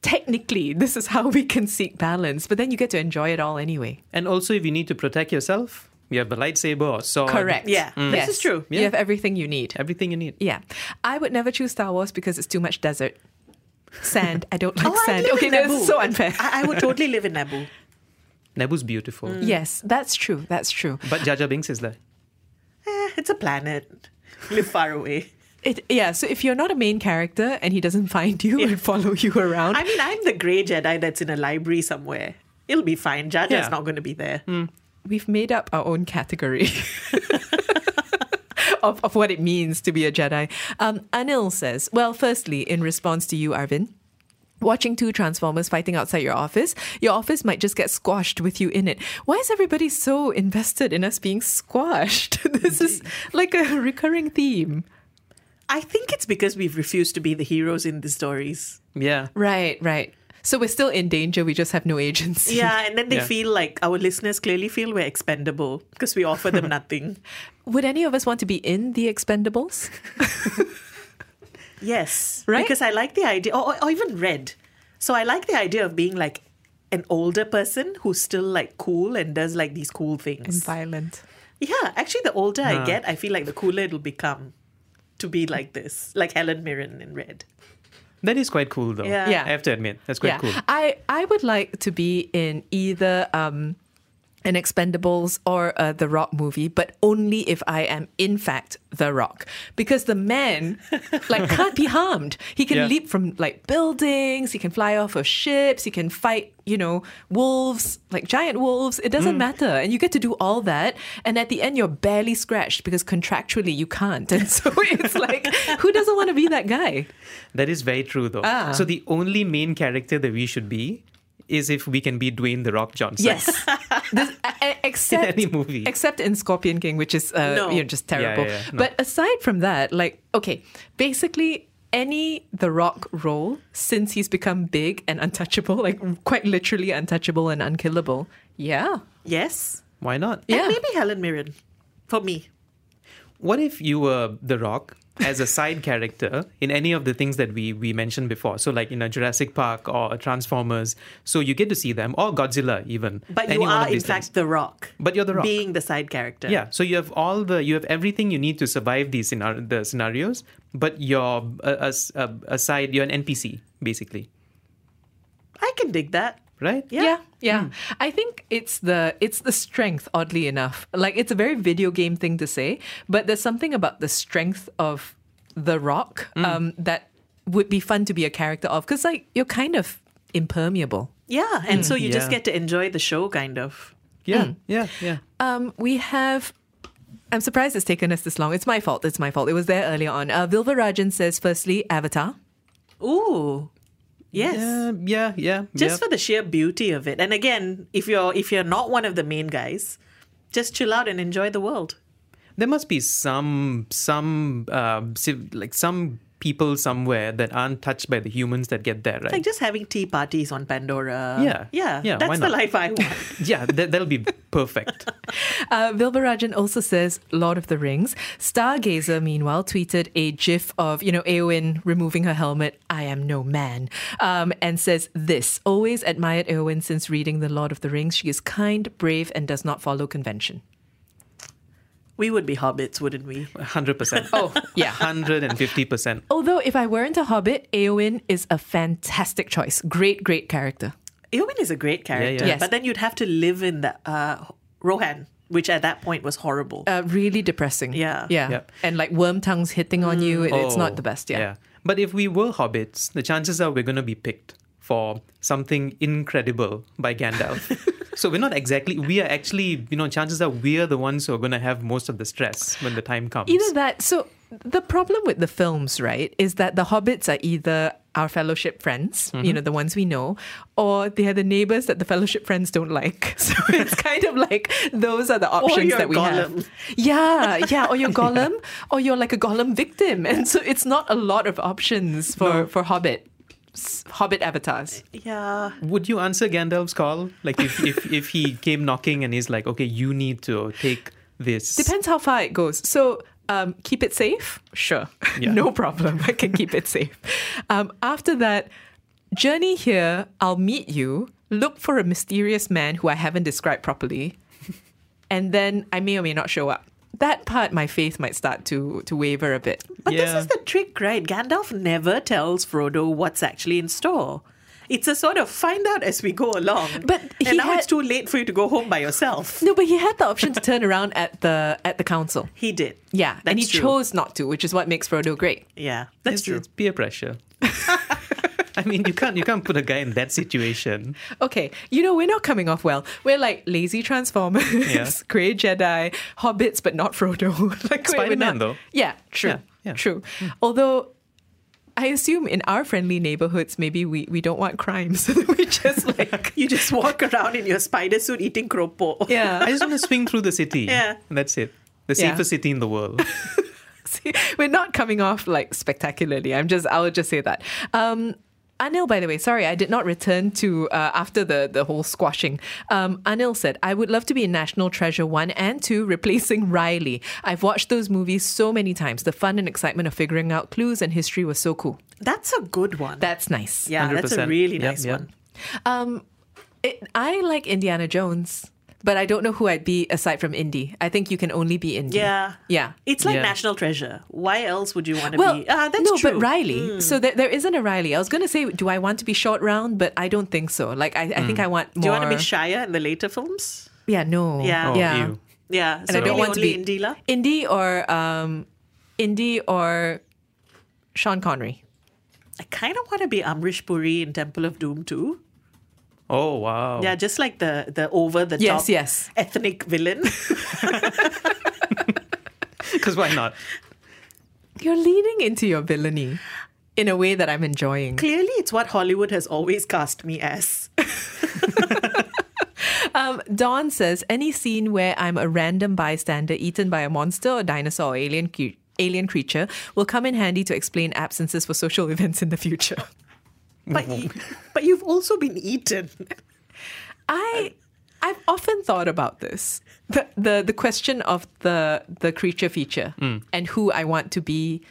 Speaker 5: technically this is how we can seek balance, but then you get to enjoy it all anyway.
Speaker 6: and also, if you need to protect yourself, you have a lightsaber or sword.
Speaker 5: Correct.
Speaker 6: Mm.
Speaker 5: Um, Yes. You have everything you need.
Speaker 6: Everything you need.
Speaker 5: Yeah. I would never choose Star Wars because it's too much desert. Sand.
Speaker 7: <laughs>
Speaker 5: I don't like
Speaker 7: I'd
Speaker 5: sand.
Speaker 7: Oh, live
Speaker 5: Okay,
Speaker 7: in
Speaker 5: that's
Speaker 7: Naboo.
Speaker 5: so unfair.
Speaker 7: I, I would totally live in Naboo.
Speaker 6: Naboo's beautiful.
Speaker 5: Yes, that's true. That's true.
Speaker 6: But Jaja Binks is there.
Speaker 7: Eh, it's a planet. Live far away.
Speaker 5: It, yeah, so if you're not a main character and he doesn't find you and follow you around,
Speaker 7: I mean, I'm the grey Jedi that's in a library somewhere. It'll be fine. Jaja's
Speaker 5: Yeah.
Speaker 7: not going to be there.
Speaker 5: we've made up our own category of, of what it means to be a Jedi. Um, Anil says, well, firstly, in response to you, Arvin, watching two Transformers fighting outside your office, your office might just get squashed with you in it. Why is everybody so invested in us being squashed? <laughs> this is like a recurring theme.
Speaker 7: I think it's because we've refused to be the heroes in the stories.
Speaker 6: Yeah.
Speaker 5: Right, right. So we're still in danger, we just have no
Speaker 7: <laughs>
Speaker 5: agency.
Speaker 7: Yeah, and then they
Speaker 5: Yeah.
Speaker 7: feel like our listeners clearly feel we're expendable because we offer <laughs> them nothing.
Speaker 5: Would any of us want to be in the Expendables?
Speaker 7: Yes.
Speaker 5: Right?
Speaker 7: Because I like the idea, or, or- or even red. So I like the idea of being like an older person who's still like cool and does like these cool
Speaker 5: and
Speaker 7: things.
Speaker 5: violent.
Speaker 7: Yeah, actually, the older
Speaker 5: Nah.
Speaker 7: I get, I feel like the cooler it'll become to be like this, like Helen Mirren in red.
Speaker 6: That is quite cool, though.
Speaker 7: Yeah. Yeah.
Speaker 6: I have to admit, that's quite
Speaker 5: yeah,
Speaker 6: cool.
Speaker 5: I I would like to be in either um, an Expendables or uh, The Rock movie, but only if I am in fact The Rock, because the man like can't be harmed. He can
Speaker 19: Yeah.
Speaker 5: leap from like buildings, he can fly off of ships, he can fight you know wolves like giant wolves. It doesn't matter, and you get to do all that, and at the end you're barely scratched because contractually you can't, <laughs> and so it's like who doesn't want to be that guy?
Speaker 6: That is very true, though.
Speaker 5: Ah.
Speaker 6: So the only main character that we should be is if we can be Dwayne the Rock Johnson.
Speaker 5: Yes.
Speaker 6: <laughs>
Speaker 5: This- a- a- except
Speaker 6: any movie.
Speaker 5: Except in Scorpion King, which is uh,
Speaker 6: No.
Speaker 5: you know, just
Speaker 6: Yeah, yeah,
Speaker 5: terrible.
Speaker 6: yeah. No.
Speaker 5: But aside from that, like okay, basically any The Rock role since he's become big and untouchable, like quite literally untouchable and unkillable. Yeah.
Speaker 7: Yes.
Speaker 6: Why not?
Speaker 7: And maybe Helen Mirren for me.
Speaker 6: What if you were The Rock as a side <laughs> character in any of the things that we we mentioned before? So like in a Jurassic Park or a Transformers, so you get to see them or Godzilla even.
Speaker 7: But
Speaker 6: Any
Speaker 7: you
Speaker 6: one of
Speaker 7: are, in
Speaker 6: these
Speaker 7: fact,
Speaker 6: things.
Speaker 7: The Rock.
Speaker 6: But you're The Rock.
Speaker 7: Being the side character.
Speaker 6: Yeah, so you have all the you have everything you need to survive these scenar- the scenarios, but you're a, a, a side you're an NPC basically,
Speaker 7: I can dig that.
Speaker 6: right?
Speaker 5: Yeah. Yeah. I think it's the it's the strength, oddly enough. Like it's a very video game thing to say, but there's something about the strength of the rock um, that would be fun to be a character of. Because like you're kind of impermeable.
Speaker 7: Yeah. And so you just
Speaker 5: Yeah.
Speaker 7: get to enjoy the show, kind of.
Speaker 6: Yeah. Yeah. Yeah.
Speaker 5: Um, we have. I'm surprised it's taken us this long. It's my fault. It's my fault. It was there earlier on. Uh, Vilva Rajan says, firstly, Avatar.
Speaker 7: Ooh. Yes.
Speaker 6: Yeah, yeah, yeah.
Speaker 7: Just
Speaker 6: yeah.
Speaker 7: for the sheer beauty of it. And again, if you're if you're not one of the main guys, just chill out and enjoy the world.
Speaker 6: there must be some some uh, civ- like some people somewhere that aren't touched by the humans that get there, right?
Speaker 7: Like just having tea parties on Pandora.
Speaker 6: Yeah.
Speaker 7: Yeah.
Speaker 6: Yeah, why
Speaker 7: That's the
Speaker 6: not?
Speaker 7: life I want.
Speaker 6: yeah, that, that'll be perfect.
Speaker 5: Uh, Vilbarajan also says Lord of the Rings. Stargazer, meanwhile, tweeted a gif of, you know, Eowyn removing her helmet, I am no man, um, and says this Always admired Eowyn since reading The Lord of the Rings. She is kind, brave, and does not follow convention.
Speaker 7: We would be hobbits, wouldn't we?
Speaker 6: Hundred percent. Oh yeah, hundred and fifty percent.
Speaker 5: Although, if I weren't a hobbit, Eowyn is a fantastic choice. Great, great character.
Speaker 7: Eowyn is a great character.
Speaker 5: Yes.
Speaker 7: But then you'd have to live in the uh, Rohan, which at that point was horrible.
Speaker 5: Uh, really depressing.
Speaker 7: Yeah.
Speaker 5: Yeah.
Speaker 6: Yep.
Speaker 5: And like worm tongues hitting on you, it, it's not the best. Yeah.
Speaker 6: But if we were hobbits, the chances are we're going to be picked for something incredible by Gandalf. so we're not exactly. We are actually, you know, chances are we're the ones who are going to have most of the stress when the time comes.
Speaker 5: Either that. So the problem with the films, right, is that the hobbits are either our fellowship friends, you
Speaker 6: Mhm.
Speaker 5: know, the ones we know, or they are the neighbors that the fellowship friends don't like. <laughs> So it's kind of like those are the options
Speaker 7: your
Speaker 5: that we
Speaker 7: Gollum.
Speaker 5: have. Yeah, yeah. Or you're Gollum, or you're like a Gollum victim. And so it's not a lot of options for, for hobbit. s- Hobbit avatars.
Speaker 7: yeah.
Speaker 6: Would you answer Gandalf's call? Like if, if, if
Speaker 7: <laughs>
Speaker 6: he came knocking and he's like, okay, you need to take this.
Speaker 5: Depends how far it goes. So um, keep it safe. Sure. <laughs> no problem. I can keep it safe. Um, after that, journey here, I'll meet you, look for a mysterious man who I haven't described properly, and then I may or may not show up. That part, my faith might start to, to waver a bit.
Speaker 7: But this is the trick, right? Gandalf never tells Frodo what's actually in store. It's a sort of find out as we go along. But
Speaker 5: he
Speaker 7: and now
Speaker 5: had-
Speaker 7: it's too late for you to go home by yourself.
Speaker 5: No, but he had the option to turn around at the at the council.
Speaker 7: He did.
Speaker 5: Yeah, and he
Speaker 7: That's true.
Speaker 5: chose not to, which is what makes Frodo great.
Speaker 7: Yeah, that's
Speaker 6: it's, it's peer pressure. <laughs> I mean, you can't you can't put a guy in that situation.
Speaker 5: Okay, you know, we're not coming off well. We're like lazy Transformers,
Speaker 6: Yeah.
Speaker 5: <laughs> Grey Jedi, Hobbits, but not Frodo. <laughs> like, we're- we're
Speaker 6: Spider-Man,
Speaker 5: not-
Speaker 6: though.
Speaker 5: Yeah, true.
Speaker 6: Yeah, yeah. Hmm.
Speaker 5: True. Although, I assume in our friendly neighborhoods, maybe we, we don't want crimes. <laughs> we just
Speaker 6: <laughs>
Speaker 5: like.
Speaker 7: you just <laughs> walk around in your spider suit eating kropo.
Speaker 5: Yeah.
Speaker 6: <laughs> I just want to swing through the city.
Speaker 7: <laughs> Yeah.
Speaker 6: And that's it. The
Speaker 5: Yeah.
Speaker 6: safest city in the world.
Speaker 5: See, <laughs> we're not coming off like spectacularly. I'm just, I'll just say that. Um, Anil, by the way, sorry, I did not return to uh, after the, the whole squashing. Um, Anil said, I would love to be in National Treasure 1 and 2, <laughs> replacing Riley. I've watched those movies so many times. The fun and excitement of figuring out clues and history was so cool.
Speaker 7: That's a good one.
Speaker 5: That's nice.
Speaker 7: Yeah, that's a really nice one.
Speaker 5: Um, it, I like Indiana Jones, but I don't know who I'd be aside from Indy. I think you can only be Indy.
Speaker 7: Yeah.
Speaker 5: Yeah.
Speaker 7: It's like
Speaker 5: Yeah.
Speaker 7: National Treasure. Why else would you want to
Speaker 5: Well,
Speaker 7: be? Ah, that's
Speaker 5: no,
Speaker 7: true.
Speaker 5: but Riley.
Speaker 7: Mm.
Speaker 5: So there, there isn't a Riley. I was going to say,
Speaker 7: Hmm.
Speaker 5: do I want to be short round? But I don't think so. Like, I, I think I want more.
Speaker 7: Do you want to be Shia in the later films?
Speaker 5: Yeah, no.
Speaker 7: Yeah. Oh,
Speaker 5: yeah.
Speaker 7: ew. Yeah,
Speaker 5: And
Speaker 7: so
Speaker 5: I don't
Speaker 7: really
Speaker 5: want to
Speaker 7: only
Speaker 5: be
Speaker 7: Indila?
Speaker 5: Indy or um, Indy or Sean Connery.
Speaker 7: I kind of want to be Amrish Puri in Temple of Doom too.
Speaker 6: Oh wow. <laughs>
Speaker 7: Yeah, just like the the over the
Speaker 5: Yes,
Speaker 7: top
Speaker 5: yes.
Speaker 7: ethnic villain. <laughs>
Speaker 6: Because why not?
Speaker 5: You're leaning into your villainy in a way that I'm enjoying.
Speaker 7: Clearly, it's what Hollywood has always cast me as.
Speaker 5: Um, Dawn says any scene where I'm a random bystander eaten by a monster or dinosaur or alien cu- alien creature will come in handy to explain absences for social <laughs> events in the future. <laughs>
Speaker 7: But y- but you've also been eaten.
Speaker 5: I I've often thought about this. The the, the question of the the creature feature
Speaker 6: Mm.
Speaker 5: and who I want to be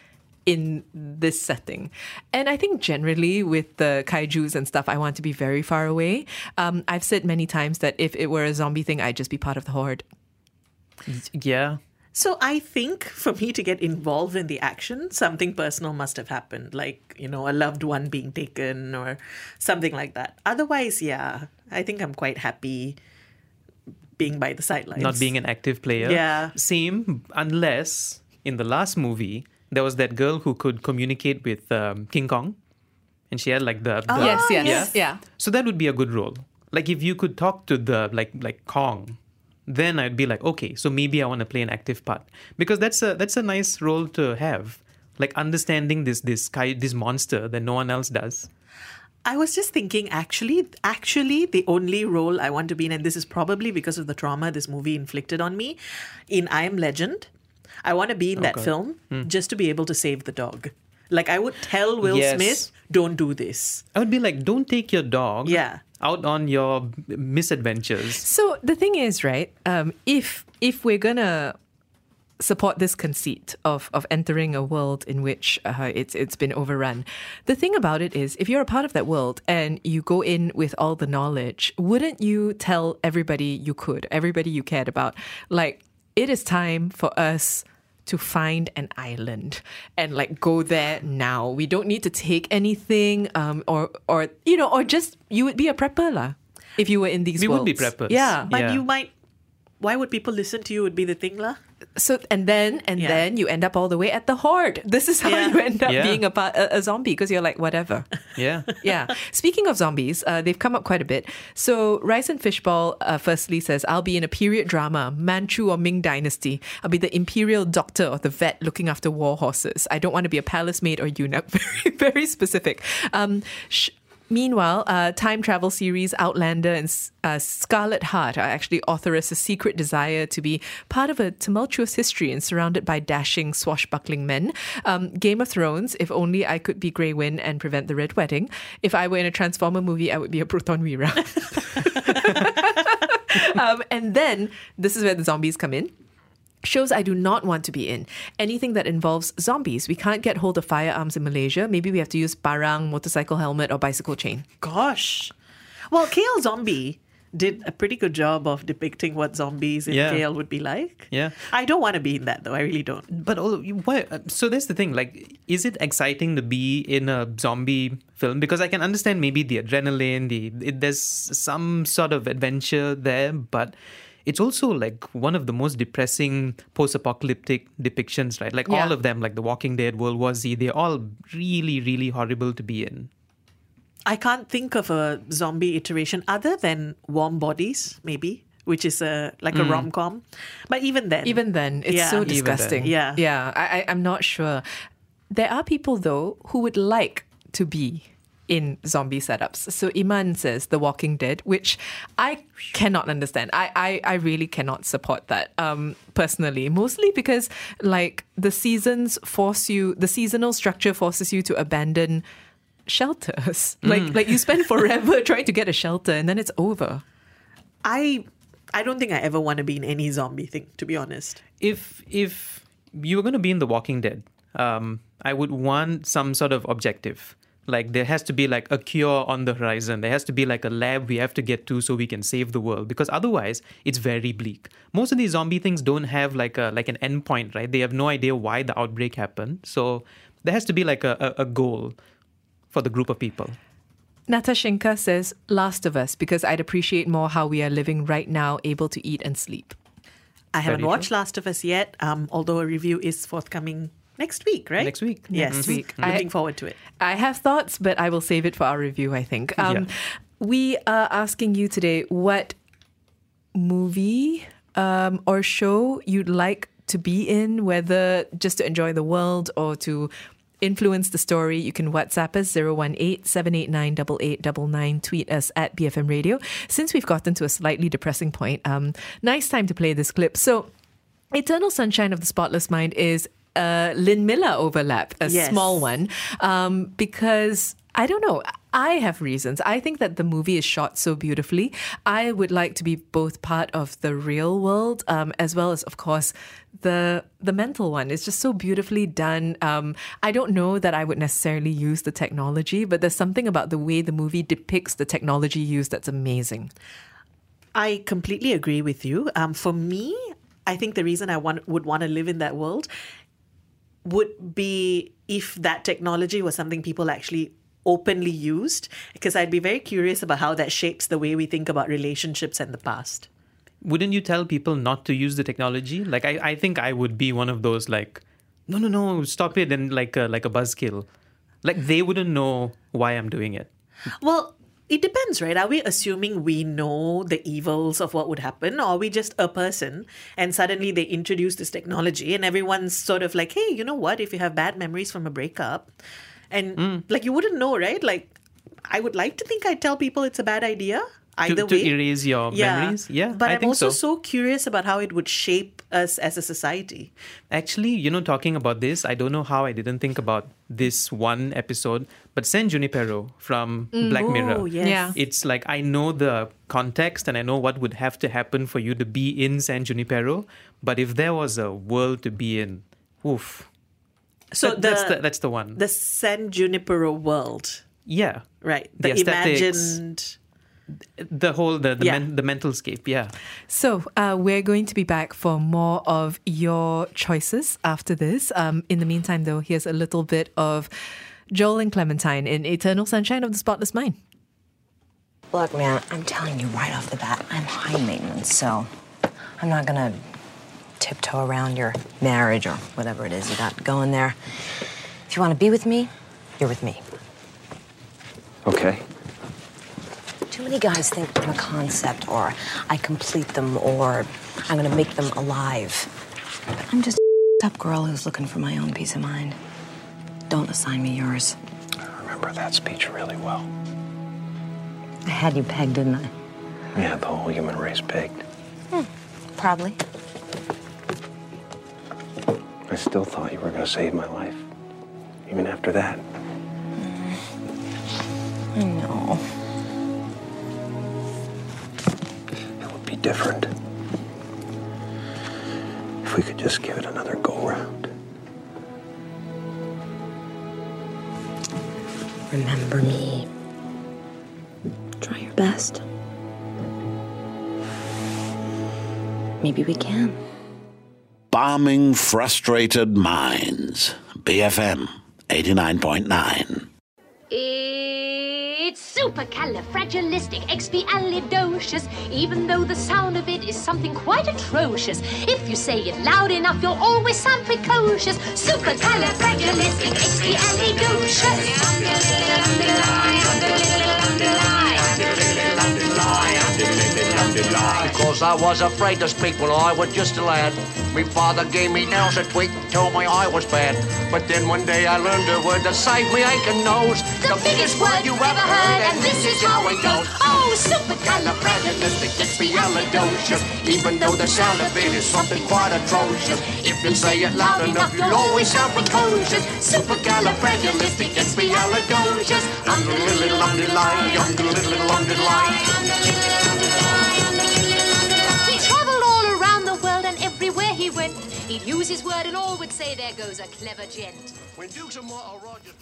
Speaker 5: in this setting. And I think generally with the kaijus and stuff, I want to be very far away. Um, I've said many times that if it were a zombie thing, I'd just be part of the horde.
Speaker 6: Yeah.
Speaker 7: So I think for me to get involved in the action, something personal must have happened, like you know, a loved one being taken or something like that. Otherwise, yeah, I think I'm quite happy being by the sidelines,
Speaker 6: Not being an active player.
Speaker 7: Yeah.
Speaker 6: Same, unless in the last movie there was that girl who could communicate with um, King Kong, and she had like the,
Speaker 7: Oh,
Speaker 6: the-
Speaker 5: yes, yes, yeah.
Speaker 6: So that would be a good role. Like if you could talk to the like like Kong, then I'd be like, okay, so maybe I want to play an active part because that's a that's a nice role to have. Like understanding this this kai, this monster that no one else does.
Speaker 7: I was just thinking, actually, actually, the only role I want to be in, and this is probably because of the trauma this movie inflicted on me, in I Am Legend, I want to be in
Speaker 6: Oh,
Speaker 7: that
Speaker 6: God.
Speaker 7: film
Speaker 6: Hmm.
Speaker 7: just to be able to save the dog. Like I would tell Will
Speaker 6: Yes.
Speaker 7: Smith, "Don't do this."
Speaker 6: I would be like, don't take your dog
Speaker 7: Yeah.
Speaker 6: out on your misadventures.
Speaker 5: So the thing is, right? Um, if if we're gonna support this conceit of of entering a world in which uh, it's it's been overrun, the thing about it is, if you're a part of that world and you go in with all the knowledge, wouldn't you tell everybody you could, everybody you cared about, like it is time for us to find an island and like go there now. We don't need to take anything, um, or or you know, or just you would be a prepper lah if you were in these
Speaker 6: We would
Speaker 5: worlds.
Speaker 6: be preppers.
Speaker 5: Yeah,
Speaker 7: but you might. Why would people listen to you? Would be the thing, lah.
Speaker 5: so and then and then you end up all the way at the horde. This is how you end up
Speaker 6: Yeah.
Speaker 5: being a, part, a, a zombie because you're like
Speaker 6: <laughs>
Speaker 5: whatever.
Speaker 6: Yeah.
Speaker 5: yeah. Speaking of zombies, uh, they've come up quite a bit. So Rice and Fishball uh, firstly says, "I'll be in a period drama, Manchu or Ming Dynasty. I'll be the imperial doctor or the vet looking after war horses. I don't want to be a palace maid or eunuch. <laughs> very, very specific." Um, sh- Meanwhile, uh, time travel series Outlander and S- uh, Scarlet Heart are actually authoress' secret desire to be part of a tumultuous history and surrounded by dashing, swashbuckling men. Um, Game of Thrones, if only I could be Grey Wynn and prevent the Red Wedding. If I were in a Transformer movie, I would be a Proton Weira. <laughs> um, and then this is where the zombies come in. Shows I do not want to be in. Anything that involves zombies. We can't get hold of firearms in Malaysia. Maybe we have to use parang, motorcycle helmet, or bicycle chain.
Speaker 7: Gosh. Well, KL Zombie did a pretty good job of depicting what zombies in
Speaker 6: Yeah.
Speaker 7: KL would be like.
Speaker 6: Yeah.
Speaker 7: I don't want to be in that though. I really don't.
Speaker 6: But all, you- why? uh, So that's the thing. Like, is it exciting to be in a zombie film? Because I can understand maybe the adrenaline. The it, there's some sort of adventure there, but it's also like one of the most depressing post-apocalyptic depictions, right? Like all
Speaker 5: Yeah.
Speaker 6: of them, like The Walking Dead, World War Z, they're all really, really horrible to be in.
Speaker 7: I can't think of a zombie iteration other than Warm Bodies, maybe, which is a like a
Speaker 5: Mm.
Speaker 7: rom com. But even then,
Speaker 5: Even then, it's
Speaker 7: Yeah.
Speaker 5: so
Speaker 7: Even then.
Speaker 5: disgusting.
Speaker 7: Yeah.
Speaker 5: Yeah. I, I, I'm not sure. There are people, though, who would like to be in zombie setups. So Iman says The Walking Dead, which I cannot understand. I, I, I really cannot support that um, personally, mostly because, like, the seasons force you, the seasonal structure forces you to abandon shelters. <laughs> Like,
Speaker 7: Mm.
Speaker 5: like you spend forever <laughs> trying to get a shelter and then it's over.
Speaker 7: I I don't think I ever want to be in any zombie thing, to be honest.
Speaker 6: If if you were going to be in The Walking Dead, um, I would want some sort of objective. Like there has to be like a cure on the horizon. There has to be like a lab we have to get to so we can save the world. Because otherwise, it's very bleak. Most of these zombie things don't have like a like an endpoint, right? They have no idea why the outbreak happened. So there has to be like a, a, a goal for the group of people.
Speaker 5: Natashenka says, Last of Us, because I'd appreciate more how we are living right now, able to eat and sleep.
Speaker 7: I haven't watched Last of Us yet, um, although a review is forthcoming next week, right?
Speaker 6: Next week.
Speaker 7: Yes. Mm-hmm.
Speaker 5: Next week. Mhm.
Speaker 7: Looking
Speaker 5: I-
Speaker 7: forward to it.
Speaker 5: I have thoughts, but I will save it for our review, I think. Um,
Speaker 7: Yeah.
Speaker 5: We are asking you today what movie um, or show you'd like to be in, whether just to enjoy the world or to influence the story. You can WhatsApp us 018 789 8899, tweet us at BFM Radio. Since we've gotten to a slightly depressing point, um, nice time to play this clip. So, Eternal Sunshine of the Spotless Mind is a Lynn Miller overlap, a
Speaker 7: Yes.
Speaker 5: small one, um, because I don't know. I have reasons. I think that the movie is shot so beautifully. I would like to be both part of the real world um, as well as, of course, the the mental one. It's just so beautifully done. Um, I don't know that I would necessarily use the technology, but there's something about the way the movie depicts the technology used that's amazing.
Speaker 7: I completely agree with you. Um, for me, I think the reason I want, would want to live in that world would be if that technology was something people actually openly used, because I'd be very curious about how that shapes the way we think about relationships and the past.
Speaker 6: Wouldn't you tell people not to use the technology? Like, I, I think I would be one of those like, no, no, no, stop it, and like a, like a buzzkill. Like they wouldn't know why I'm doing it.
Speaker 7: Well, it depends, right? Are we assuming we know the evils of what would happen, or are we just a person and suddenly they introduce this technology and everyone's sort of like, hey, you know what? If you have bad memories from a breakup, and
Speaker 6: Hmm.
Speaker 7: like you wouldn't know, right? Like, I would like to think I'd tell people it's a bad idea.
Speaker 6: To,
Speaker 7: Either
Speaker 6: to
Speaker 7: way,
Speaker 6: erase your memories. Yeah,
Speaker 7: But
Speaker 6: I
Speaker 7: am
Speaker 6: think
Speaker 7: also
Speaker 6: so.
Speaker 7: curious about how it would shape us as a society.
Speaker 6: Actually, you know, talking about this, I don't know how I didn't think about this one episode, but San Junipero from
Speaker 7: Mm.
Speaker 6: Black
Speaker 7: Oh,
Speaker 6: Mirror.
Speaker 7: yes. Yeah.
Speaker 6: It's like I know the context and I know what would have to happen for you to be in San Junipero, but if there was a world to be in, oof.
Speaker 7: So
Speaker 6: That- that's
Speaker 7: the-
Speaker 6: the, that's the one.
Speaker 7: The San Junipero world,
Speaker 6: yeah.
Speaker 7: right? The,
Speaker 6: The aesthetics.
Speaker 7: imagined.
Speaker 6: The whole the the,
Speaker 7: Yeah.
Speaker 6: men, the mental scape, yeah.
Speaker 5: So, uh, we're going to be back for more of your choices after this. Um, in the meantime, though, here's a little bit of Joel and Clementine in Eternal Sunshine of the Spotless Mind.
Speaker 19: Look, man, I'm telling you right off the bat, I'm high maintenance, so I'm not gonna tiptoe around your marriage or whatever it is you got going there. If you wanna be with me, you're with me.
Speaker 16: Okay.
Speaker 19: Too many guys think I'm a concept or I complete them or I'm gonna make them alive. I'm just a up girl who's looking for my own peace of mind. Don't assign me yours.
Speaker 16: I remember that speech really well.
Speaker 19: I had you pegged, didn't I? Hmm,
Speaker 16: Yeah, the whole human race pegged.
Speaker 19: Probably.
Speaker 16: I still thought you were going to save my life. Even after that.
Speaker 19: I know.
Speaker 16: be different. If we could just give it another go round.
Speaker 19: Remember me. Try your best. Maybe we can.
Speaker 13: Bombing Frustrated Minds. BFM 89.9.
Speaker 8: It's supercalifragilisticexpialidocious, even though the sound of it is something quite atrocious. If you say it loud enough, you'll always sound precocious.
Speaker 20: Cause I was afraid to speak when I was just a lad. Me father gave me nails a tweak, told me I was bad. But then one day I learned a word that saved me aching nose. The, biggest word you ever heard, and this is how it goes. Oh, supercalifragilisticexpialidocious. Even though the sound of it is something quite atrocious. If you say it loud enough, you'll always sound precocious. Supercalifragilisticexpialidocious. Underlittle, underline, underlittle, underline.
Speaker 8: He traveled all around the world and everywhere he went, he'd use his word and all would say, There goes a clever gent.
Speaker 20: When Dukes and Mo- or Rogers.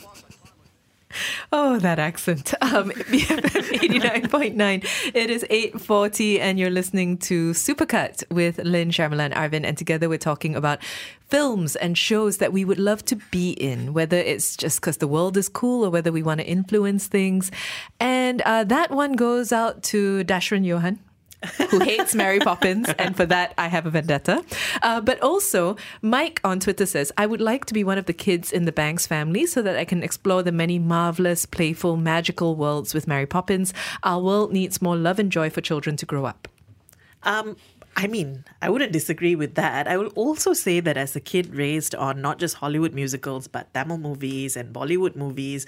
Speaker 5: Oh, that accent. <laughs> Um, BFM 89.9. It is 8.40 and you're listening to Supercut with Lynn, Sharmila and Arvin. And together we're talking about films and shows that we would love to be in, whether it's just because the world is cool or whether we want to influence things. And uh, that one goes out to Dashrin Johan. who hates Mary Poppins, and for that I have a vendetta. Uh, but also, Mike on Twitter says, I would like to be one of the kids in the Banks family so that I can explore the many marvelous, playful, magical worlds with Mary Poppins. Our world needs more love and joy for children to grow up.
Speaker 7: Um, I mean, I wouldn't disagree with that. I will also say that as a kid raised on not just Hollywood musicals, but Tamil movies and Bollywood movies,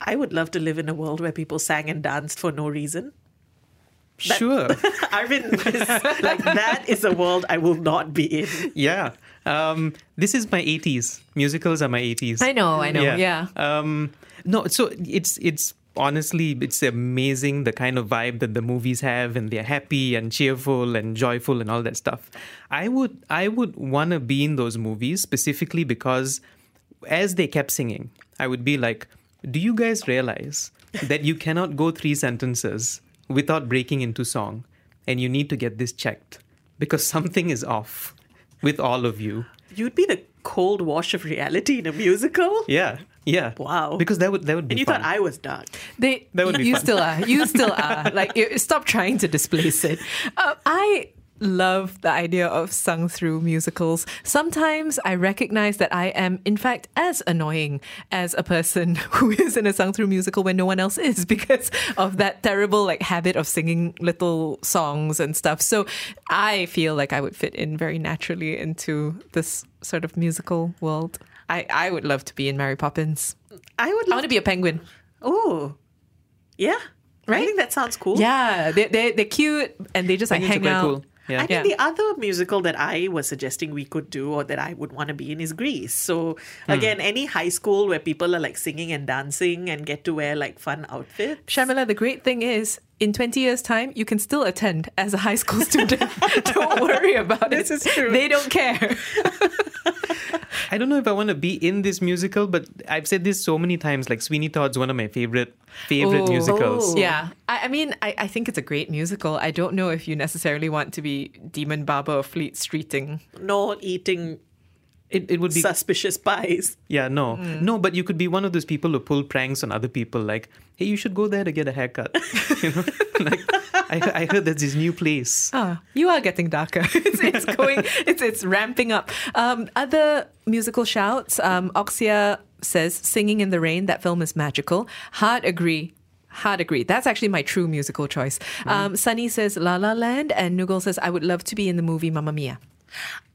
Speaker 7: I would love to live in a world where people sang and danced for no reason. <laughs>
Speaker 6: sure. <laughs>
Speaker 7: Arvin is like, that is a world I will not be in.
Speaker 6: yeah. Um, this is my 80s. Musicals are my 80s.
Speaker 5: I know, I know,
Speaker 6: Um, no, so it's it's honestly it's amazing the kind of vibe that the movies have and they're happy and cheerful and joyful and all that stuff. I would I would want to be in those movies specifically because as they kept singing, I would be like, "Do you guys realize <laughs> that you cannot go three sentences without breaking into song and you need to get this checked because something is off with all of you."
Speaker 7: You'd be the cold wash of reality in a musical.
Speaker 6: Yeah. Yeah.
Speaker 7: Wow.
Speaker 6: Because that would that would be
Speaker 7: And you
Speaker 6: fun.
Speaker 7: thought I was dark.
Speaker 5: They,
Speaker 6: That would be
Speaker 5: you
Speaker 6: fun.
Speaker 5: still are.
Speaker 6: <laughs>
Speaker 5: You still are. Like, you, stop trying to displace it. Uh, I love the idea of sung through musicals. Sometimes I recognize that I am, in fact, as annoying as a person <laughs> who is in a sung through musical when no one else is <laughs> because of that terrible like habit of singing little songs and stuff. So I feel like I would fit in very naturally into this sort of musical world. I, I would love to be in Mary Poppins.
Speaker 7: I would
Speaker 5: I want to be a penguin.
Speaker 7: Oh. Yeah. Right? I think that sounds cool.
Speaker 5: <laughs> Yeah, they they they're cute and they just like hang out.
Speaker 7: I think the other musical that I was suggesting we could do or that I would want to be in is Greece. So
Speaker 5: Hmm.
Speaker 7: again, any high school where people are like singing and dancing and get to wear like fun outfits.
Speaker 5: Shamila, the great thing is, in 20 years' time, you can still attend as a high school <laughs> student. don't worry about it. This is true. They don't care.
Speaker 6: I don't know if I want to be in this musical, but I've said this so many times. Like Sweeney Todd's one of my favorite favorite
Speaker 5: Oh.
Speaker 6: musicals.
Speaker 5: Yeah. I, I mean, I, I think it's a great musical. I don't know if you necessarily want to be Demon Barber or Fleet Streeting.
Speaker 7: No eating
Speaker 6: it, it would be
Speaker 7: suspicious pies.
Speaker 6: Yeah, no.
Speaker 5: Hmm.
Speaker 6: No, but you could be one of those people who pull pranks on other people, like, hey, you should go there to get a haircut. <laughs> you know? like, I, I heard that's his new place.
Speaker 5: Ah, you are getting darker. <laughs> it's, it's
Speaker 6: <laughs>
Speaker 5: going. It's it's ramping up. Um, other musical shouts. Um, Oxia says, "Singing in the Rain." That film is magical. Hard agree. Hard agree. That's actually my true musical choice.
Speaker 6: Mm.
Speaker 5: Um, Sunny says La La Land, and Nugal says I would love to be in the movie Mamma Mia.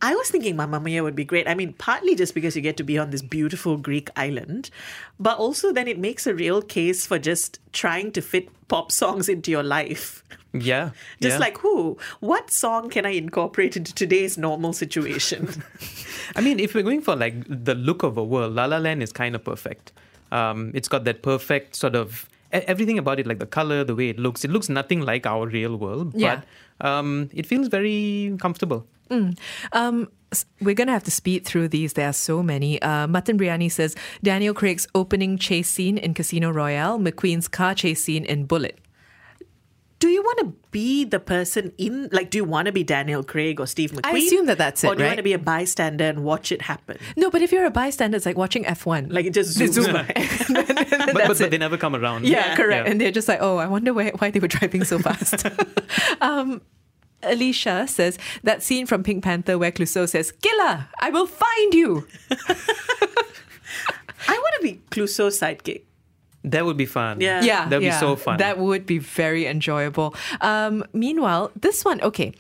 Speaker 7: I was thinking Mamma Mia would be great. I mean, partly just because you get to be on this beautiful Greek island, but also then it makes a real case for just trying to fit pop songs into your life.
Speaker 6: Yeah.
Speaker 7: Just
Speaker 6: yeah.
Speaker 7: like, who? What song can I incorporate into today's normal situation? <laughs>
Speaker 6: I mean, if we're going for like the look of a world, La La Land is kind of perfect. Um, it's got that perfect sort of e- everything about it, like the color, the way it looks. It looks nothing like our real world,
Speaker 5: Yeah.
Speaker 6: but um, it feels very comfortable.
Speaker 5: Mm. Um, s- we're going to have to speed through these. There are so many. Uh, Mutton Biryani says Daniel Craig's opening chase scene in Casino Royale, McQueen's car chase scene in Bullet.
Speaker 7: do you want to be the person in, like, do you want to be Daniel Craig or Steve McQueen?
Speaker 5: I assume that that's it,
Speaker 7: Or do you want
Speaker 5: right?
Speaker 7: to be a bystander and watch it happen?
Speaker 5: No, but if you're a bystander, it's like watching F1.
Speaker 7: Like it
Speaker 5: <laughs>
Speaker 7: just
Speaker 5: They
Speaker 7: zooms
Speaker 5: zoom
Speaker 7: by.
Speaker 5: by.
Speaker 6: <laughs> But, but, but they never come
Speaker 5: <laughs>
Speaker 6: around.
Speaker 5: Yeah, correct. And they're just like, oh, I wonder why, why they were driving so fast. <laughs> um, Alicia says that scene from Pink Panther where Clouseau says, "Killer, I will find you."
Speaker 7: <laughs> I want to be Clouseau's sidekick.
Speaker 6: That would be fun.
Speaker 5: Yeah,
Speaker 6: That would
Speaker 5: yeah.
Speaker 6: be so fun.
Speaker 5: That would be very enjoyable. Um, meanwhile, this one, okay.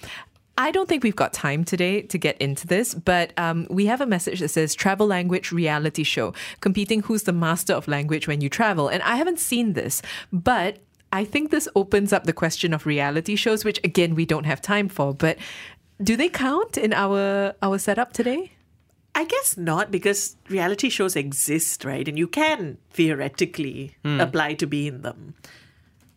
Speaker 5: I don't think we've got time today to get into this, but um, we have a message that says travel language reality show, competing who's the master of language when you travel. And I haven't seen this, but I think this opens up the question of reality shows, which again, we don't have time for. But do they count in our our setup today?
Speaker 7: I guess not because reality shows exist, right? And you can theoretically
Speaker 6: Hmm.
Speaker 7: apply to be in them.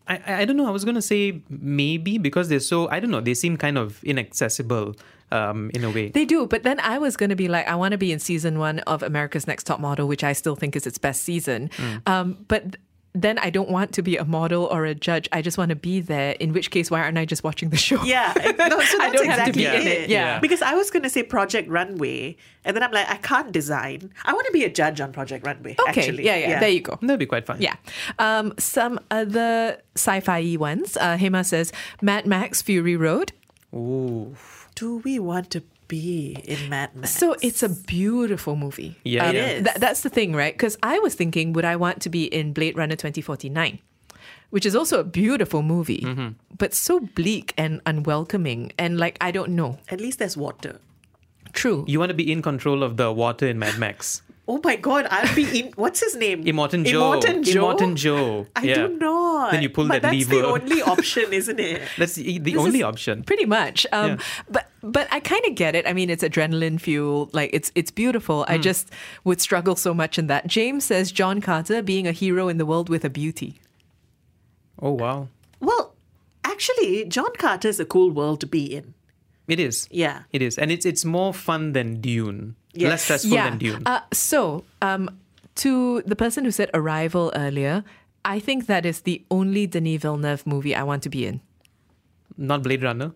Speaker 6: I, I- I don't know. I was gonna say maybe because they're so I don't know. They seem kind of inaccessible um, in a way.
Speaker 5: They do, but then I was going to be like, I want to be in season one of America's Next Top Model, which I still think is its best season.
Speaker 6: Mm.
Speaker 5: Um, but th- then I don't want to be a model or a judge. I just want to be there. In which case, why aren't I just watching the show? <laughs>
Speaker 7: Yeah, <laughs> no, so that's
Speaker 5: I don't
Speaker 7: exactly
Speaker 5: have to be
Speaker 7: it.
Speaker 5: in it. Yeah.
Speaker 7: because I was going to say Project Runway, and then I'm like, I can't design. I want to be a judge on Project Runway.
Speaker 5: Okay,
Speaker 7: actually.
Speaker 5: yeah, yeah, there you go.
Speaker 6: That'd be quite fun.
Speaker 5: Yeah. Um, some other sci-fi ones. Uh, Hema says Mad Max Fury Road.
Speaker 6: Ooh.
Speaker 7: Do we want to be in Mad Max?
Speaker 5: So it's a beautiful movie. Um,
Speaker 7: Yeah, It yeah. is.
Speaker 5: tha- that's the thing, right? Because I was thinking, would I want to be in Blade Runner 2049? Which is also a beautiful movie, but so bleak and unwelcoming. And like, I don't know.
Speaker 7: At least there's water.
Speaker 5: True.
Speaker 6: You want to be in control of the water in Mad Max.
Speaker 7: Oh my god, I'll be in. What's his name?
Speaker 6: Immortan Joe.
Speaker 7: Immortan Joe.
Speaker 6: Immortan Joe.
Speaker 7: I
Speaker 6: yeah.
Speaker 7: do not.
Speaker 6: Then you pull
Speaker 7: but
Speaker 6: that
Speaker 7: that's
Speaker 6: lever.
Speaker 7: the only option, isn't it?
Speaker 6: <laughs> That's the, the
Speaker 5: This
Speaker 6: only
Speaker 5: is
Speaker 6: option.
Speaker 5: Pretty much. Um,
Speaker 6: Yeah.
Speaker 5: But but I kind of get it. I mean, it's adrenaline fuel. Like it's it's beautiful. I
Speaker 6: Mm.
Speaker 5: just would struggle so much in that. James says John Carter being a hero in the world with a beauty.
Speaker 6: Oh wow,
Speaker 7: Well, actually, John Carter is a cool world to be in.
Speaker 6: it is.
Speaker 7: Yeah.
Speaker 6: It is, and it's it's more fun than Dune. Less stressful
Speaker 5: yeah.
Speaker 6: than Dune.
Speaker 5: Uh, so, um, to the person who said Arrival earlier, I think that is the only Denis Villeneuve movie I want to be in.
Speaker 6: Not Blade Runner.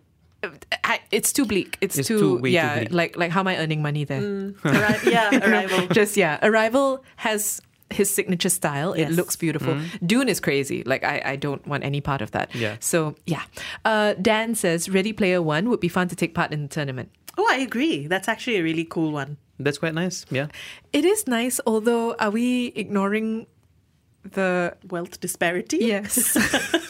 Speaker 5: I, it's too bleak. It's,
Speaker 6: It's
Speaker 5: too,
Speaker 6: too- way too
Speaker 5: yeah.
Speaker 6: bleak.
Speaker 5: Like like how am I earning money there?
Speaker 6: <laughs>
Speaker 7: yeah, Arrival.
Speaker 5: <laughs> Just yeah, Arrival has his signature style.
Speaker 7: Yes.
Speaker 5: It looks beautiful.
Speaker 7: Mm.
Speaker 5: Dune is crazy. Like I, I don't want any part of that.
Speaker 7: Yeah.
Speaker 5: So yeah, uh, Dan says Ready Player One would be fun to take part in the tournament.
Speaker 7: Oh, I agree. That's actually a really cool one.
Speaker 6: That's quite nice. Yeah.
Speaker 5: It is nice, although are we ignoring the
Speaker 7: wealth disparity?
Speaker 5: <laughs> Yes.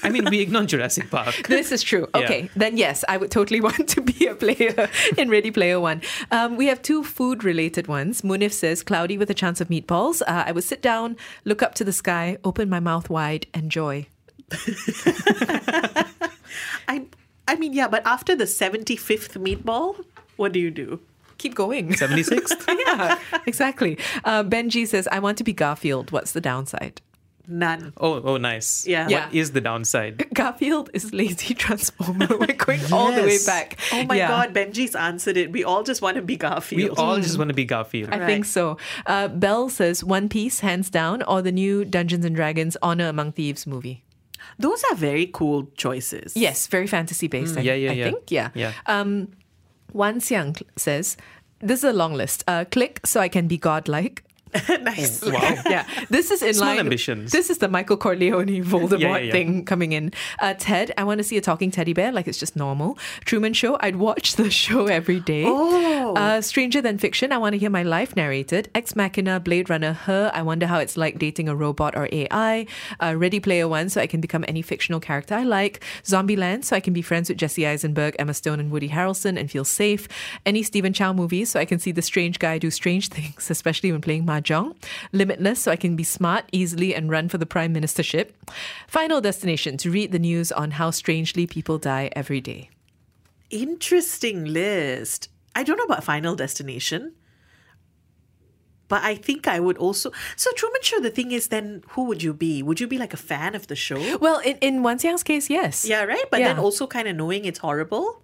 Speaker 6: I mean, we ignore
Speaker 5: <laughs>
Speaker 6: Jurassic Park.
Speaker 5: This is true.
Speaker 6: Yeah.
Speaker 5: Okay, then yes, I would totally <laughs> want to be a player in Ready Player One. Um, we have two food related ones. Munif says, Cloudy with a chance of meatballs. Uh, I would sit down, look up to the sky, open my mouth wide, enjoy.
Speaker 7: I I mean, yeah, but after the 75th meatball, what do you do?
Speaker 5: Keep going.
Speaker 6: 76th?
Speaker 5: <laughs> yeah, exactly. Uh, Benji says, I want to be Garfield. What's the downside?
Speaker 7: None.
Speaker 6: Oh, oh, nice.
Speaker 5: Yeah. Yeah.
Speaker 6: What is the downside?
Speaker 5: Garfield is lazy transformer. <laughs> We're going all the way
Speaker 7: Yes.
Speaker 5: back.
Speaker 7: Oh my
Speaker 5: Yeah.
Speaker 7: God, Benji's answered it. We all just want to be Garfield.
Speaker 6: We all just want to be Garfield.
Speaker 5: I think so. Uh, Bell says One Piece, hands down, or the new Dungeons and Dragons Honor Among Thieves movie.
Speaker 7: Those are very cool choices.
Speaker 5: Yes, very fantasy based.
Speaker 7: Mm.
Speaker 5: I,
Speaker 7: Yeah, yeah,
Speaker 5: I
Speaker 7: yeah.
Speaker 5: think. Yeah.
Speaker 7: Yeah.
Speaker 5: Um, Wan Xiang cl- says, "This is a long list. Uh, click so I can be godlike."
Speaker 7: <laughs>
Speaker 5: <laughs>
Speaker 7: nice.
Speaker 6: Wow.
Speaker 5: yeah, this is in
Speaker 6: Small
Speaker 5: line.
Speaker 6: ambitions.
Speaker 5: This is the Michael Corleone Voldemort
Speaker 6: Yeah, yeah, yeah.
Speaker 5: thing coming in. Uh, Ted, I want to see a talking teddy bear like it's just normal. Truman Show, I'd watch the <laughs> show every day.
Speaker 7: Oh.
Speaker 5: Uh, Stranger Than Fiction, I want to hear my life narrated. Ex Machina, Blade Runner, Her, I wonder how it's like dating a robot or AI. Uh, Ready Player One, so I can become any fictional character I like. Zombieland, so I can be friends with Jesse Eisenberg, Emma Stone, and Woody Harrelson and feel safe. Any Stephen Chow movies, so I can see the strange guy do strange <laughs> things, especially when playing mahjong. Limitless, so I can be smart, easily, and run for the prime ministership. Final Destination, to read the news on how strangely people die every day.
Speaker 7: Interesting list. I don't know about Final Destination, but I think I would also. So, Truman Show, the thing is, then who would you be? Would you be like a fan of the show?
Speaker 5: <laughs> Well, in, in Wan Xiang's case, yes.
Speaker 7: Yeah, right? But then
Speaker 5: Yeah.
Speaker 7: also kind of knowing it's horrible.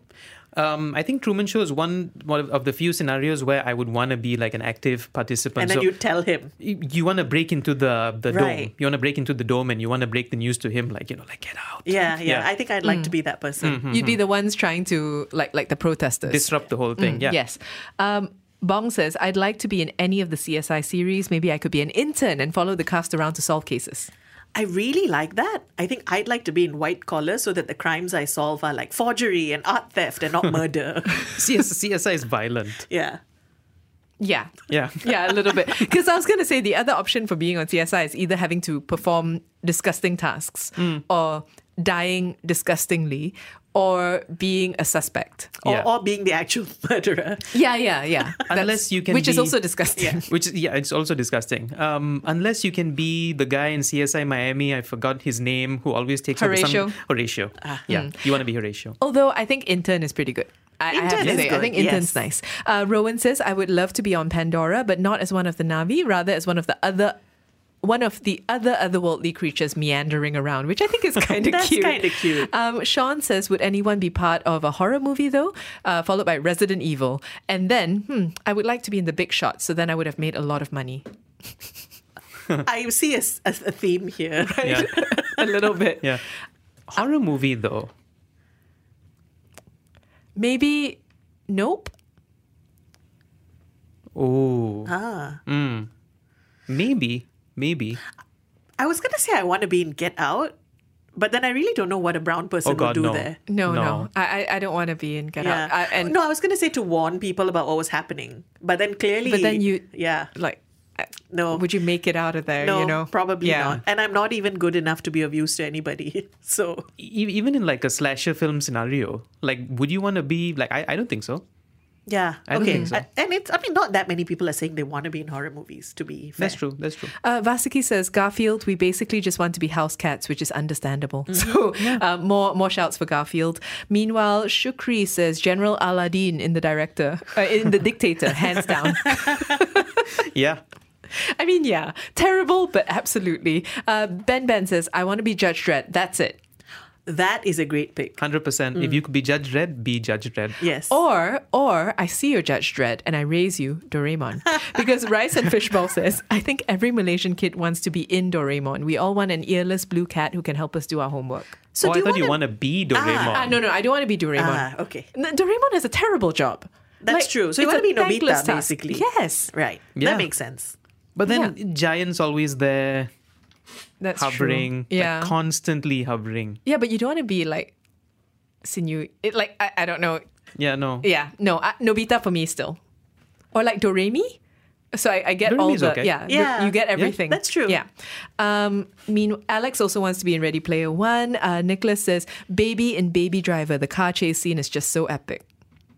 Speaker 6: Um, I think Truman Show is one, one of- of the few scenarios where I would want to be like an active participant.
Speaker 7: And then
Speaker 6: So
Speaker 7: you tell him.
Speaker 6: you, want to break into the, the
Speaker 7: Right.
Speaker 6: dome. You want to break into the dome and you want to break the news to him, like, you know, like get out.
Speaker 7: Yeah, yeah.
Speaker 6: Yeah. Mm-hmm.
Speaker 7: I think I'd like to be that person.
Speaker 5: You'd be the ones trying to like like the protesters.
Speaker 6: Disrupt the whole thing.
Speaker 5: Mm,
Speaker 6: yeah.
Speaker 5: Yes. Um, Bong says, I'd like to be in any of the CSI series. Maybe I could be an intern and follow the cast around to solve cases.
Speaker 7: I really like that. I think I'd like to be in white collar so that the crimes I solve are like forgery and art theft
Speaker 6: <laughs>
Speaker 7: and not murder.
Speaker 6: CS, CSI is violent.
Speaker 7: yeah.
Speaker 5: Yeah.
Speaker 6: Yeah.
Speaker 5: <laughs> Yeah, a little bit. Because I was going to say the other option for being on CSI is either having to perform disgusting tasks
Speaker 6: Mm.
Speaker 5: or dying disgustingly or being a suspect.
Speaker 7: Or,
Speaker 6: Yeah.
Speaker 7: or being the actual <laughs> murderer.
Speaker 5: Yeah, yeah, yeah. That's-
Speaker 6: Oh. <laughs> Unless you can,
Speaker 5: Which is
Speaker 6: be-
Speaker 5: also disgusting.
Speaker 6: Which is- yeah, it's also disgusting. Um, unless you can be the guy in CSI Miami, I forgot his name, who always takes over
Speaker 5: Horatio.
Speaker 6: some Horatio. yeah,
Speaker 5: Mm.
Speaker 6: you want to be Horatio.
Speaker 5: Although I think intern is pretty good. I, I have
Speaker 6: Intern
Speaker 5: to
Speaker 6: is
Speaker 5: say, I
Speaker 6: good,
Speaker 5: think intern's
Speaker 6: yes.
Speaker 5: nice. Uh, Rowan says, I would love to be on Pandora, but not as one of the Navi, rather as one of the other one of the other otherworldly creatures meandering around, which I
Speaker 7: <laughs>
Speaker 5: think is kind of
Speaker 7: That's
Speaker 5: cute.
Speaker 7: kinda cute.
Speaker 5: Um, Sean says, Would anyone be part of a horror movie though? Uh, followed by Resident Evil. And then, hmm, I would like to be in the big shot, so then I would have made a lot of money.
Speaker 7: I see a, s- a- a theme here.
Speaker 6: Yeah.
Speaker 5: a little bit.
Speaker 6: Yeah. Horror movie though.
Speaker 5: Maybe, nope.
Speaker 6: Oh.
Speaker 7: Ah.
Speaker 6: Mm. Maybe. Maybe.
Speaker 7: I was gonna say I want to be in Get Out, but then I really don't know what a brown person
Speaker 6: Oh, God,
Speaker 7: would do
Speaker 6: no.
Speaker 7: there.
Speaker 5: No, no.
Speaker 6: No.
Speaker 5: I, I, I don't want to be in Get Out.
Speaker 7: Yeah.
Speaker 5: I, and
Speaker 7: no, I was gonna say to warn people about what was happening, but then clearly,
Speaker 5: But then you-
Speaker 7: yeah,
Speaker 5: like,
Speaker 7: no,
Speaker 5: would you make it out of there?
Speaker 7: Oh. no,
Speaker 5: you know,
Speaker 7: probably
Speaker 5: Yeah.
Speaker 7: not. And I'm not even good enough to be of use to anybody. <laughs> So
Speaker 6: E- even in like a slasher film scenario, like would you want to be like I, I don't think so.
Speaker 7: yeah,
Speaker 6: I don't
Speaker 7: okay.
Speaker 6: think so.
Speaker 7: A- And it's I mean, not that many people are saying they want to be in horror movies. To be fair.
Speaker 6: That's true. That's true.
Speaker 5: Uh, Vasiki says Garfield. We basically just want to be house cats, which is understandable.
Speaker 7: Mm-hmm.
Speaker 5: <laughs> So uh, more more shouts for Garfield. Meanwhile, Shukri says General Aladdin in the director uh, in the
Speaker 7: <laughs>
Speaker 5: dictator, hands down.
Speaker 6: Yeah.
Speaker 5: I mean, yeah, terrible, but absolutely. Uh, ben Ben says I want to be Judge Dredd. That's it.
Speaker 7: That is a great pick.
Speaker 6: 100%. If
Speaker 5: Mm.
Speaker 6: you could be Judge Red, be Judge Red.
Speaker 7: Yes.
Speaker 5: Or or I see your Judge Dredd and I raise you
Speaker 7: <laughs>
Speaker 5: Doraemon. Because Rice and Fishbowl says, I think every Malaysian kid wants to be in Doraemon. We all want an earless blue cat who can help us do our homework.
Speaker 6: oh, I thought you want to be Doraemon.
Speaker 5: Ah, no, no, I don't want to be
Speaker 7: Ah,
Speaker 5: Doraemon.
Speaker 7: okay.
Speaker 5: N- Doraemon has a terrible job.
Speaker 7: That's true. So you
Speaker 5: it's
Speaker 7: want to be
Speaker 5: a
Speaker 7: Nobita,
Speaker 5: thankless task.
Speaker 7: basically.
Speaker 5: Yes.
Speaker 7: Right.
Speaker 6: Yeah.
Speaker 7: That makes sense.
Speaker 6: But then Giant's always there,
Speaker 5: That's
Speaker 6: hovering.
Speaker 5: True. Yeah.
Speaker 6: Like constantly hovering.
Speaker 5: yeah, but you don't want to be like sinew. It, like, I, I don't know.
Speaker 6: Yeah, no.
Speaker 5: Yeah, no, I, Nobita for me still. Or like Doremi. So I, I get all
Speaker 6: Doremi's
Speaker 5: the
Speaker 6: okay.
Speaker 5: yeah,
Speaker 6: Yeah.
Speaker 5: the- you get
Speaker 6: Yeah,
Speaker 5: everything.
Speaker 6: that's
Speaker 5: true. Yeah. Um, mean Alex also wants to be in Ready Player One. Uh, Nicholas says Baby in Baby Driver. The car chase scene is just so epic.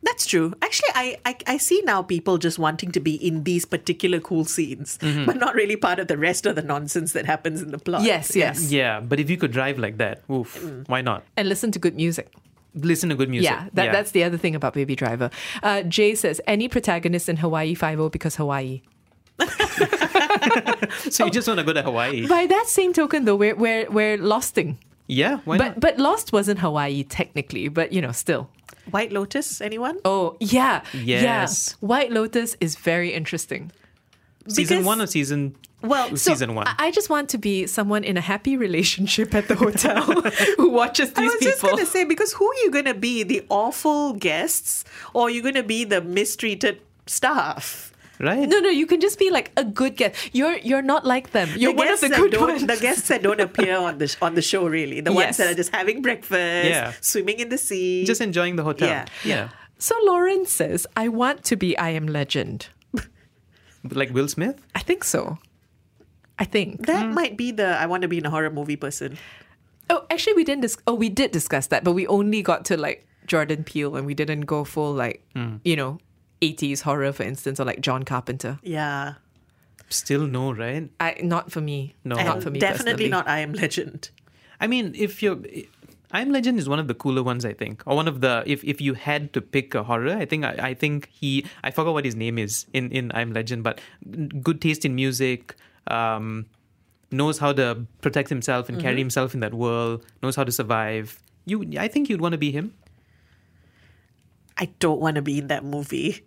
Speaker 7: That's true. Actually, I, I I see now people just wanting to be in these particular cool scenes,
Speaker 5: Mm-hmm.
Speaker 6: Mhm.
Speaker 7: but not really part of the rest of the nonsense that happens in the plot.
Speaker 6: Yeah, but if you could drive like that, oof, why not?
Speaker 5: And listen to good music.
Speaker 6: Listen to good music.
Speaker 5: Mm. Yeah, that, that's the other thing about Baby Driver. Uh, Jay says any protagonist in Hawaii Five O because Hawaii.
Speaker 6: <laughs> so you just want to go to Hawaii.
Speaker 5: By that same token, though, we're we're we're losting.
Speaker 6: yeah, why
Speaker 5: but
Speaker 6: not?
Speaker 5: but Lost wasn't Hawaii technically, but you know still.
Speaker 7: White Lotus, anyone?
Speaker 5: Oh yeah,
Speaker 6: Yes.
Speaker 5: yeah. White Lotus is very interesting.
Speaker 6: Season
Speaker 5: because-
Speaker 6: one or season
Speaker 5: <laughs> Well, so
Speaker 6: season one.
Speaker 5: I I just want to be someone in a happy relationship at the hotel <laughs> who watches
Speaker 7: I
Speaker 5: these
Speaker 7: was just
Speaker 5: people.
Speaker 7: gonna say because who are you gonna be? The awful guests, or are you gonna be the mistreated staff?
Speaker 6: right?
Speaker 5: No, no, you can just be like a good guest. You're you're not like them. You're one of
Speaker 7: guests
Speaker 5: the
Speaker 7: that
Speaker 5: good
Speaker 7: don't-
Speaker 5: ones.
Speaker 7: The guests that don't appear on the sh- on the show really, the ones
Speaker 5: Yes.
Speaker 7: that are just having breakfast,
Speaker 6: Yeah.
Speaker 7: swimming in the sea,
Speaker 6: Just enjoying the hotel.
Speaker 7: Yeah.
Speaker 6: yeah.
Speaker 5: So Lauren says, "I want to be I Am Legend."
Speaker 6: Like Will Smith?
Speaker 5: I think so. I think
Speaker 7: that might be the I want to be in a horror movie person.
Speaker 5: Oh, actually, we didn't. Dis- oh, we did discuss that, but we only got to like Jordan Peele, and we didn't go full like
Speaker 6: Mm.
Speaker 5: you know, eighties horror, for instance, or like John Carpenter.
Speaker 7: Yeah,
Speaker 6: Still no, right?
Speaker 5: I not for me.
Speaker 6: No.
Speaker 5: not for me.
Speaker 7: definitely
Speaker 5: personally.
Speaker 7: not I Am Legend.
Speaker 6: I mean, if you're. I'm Legend is one of the cooler ones, I think, or one of the if, if you had to pick a horror, I think I, I think he I forgot what his name is in in I'm Legend, but good taste in music, um, knows how to protect himself and carry
Speaker 7: Mhm.
Speaker 6: himself in that world, knows how to survive. You, I think you'd want to be him.
Speaker 7: I don't want to be in that movie.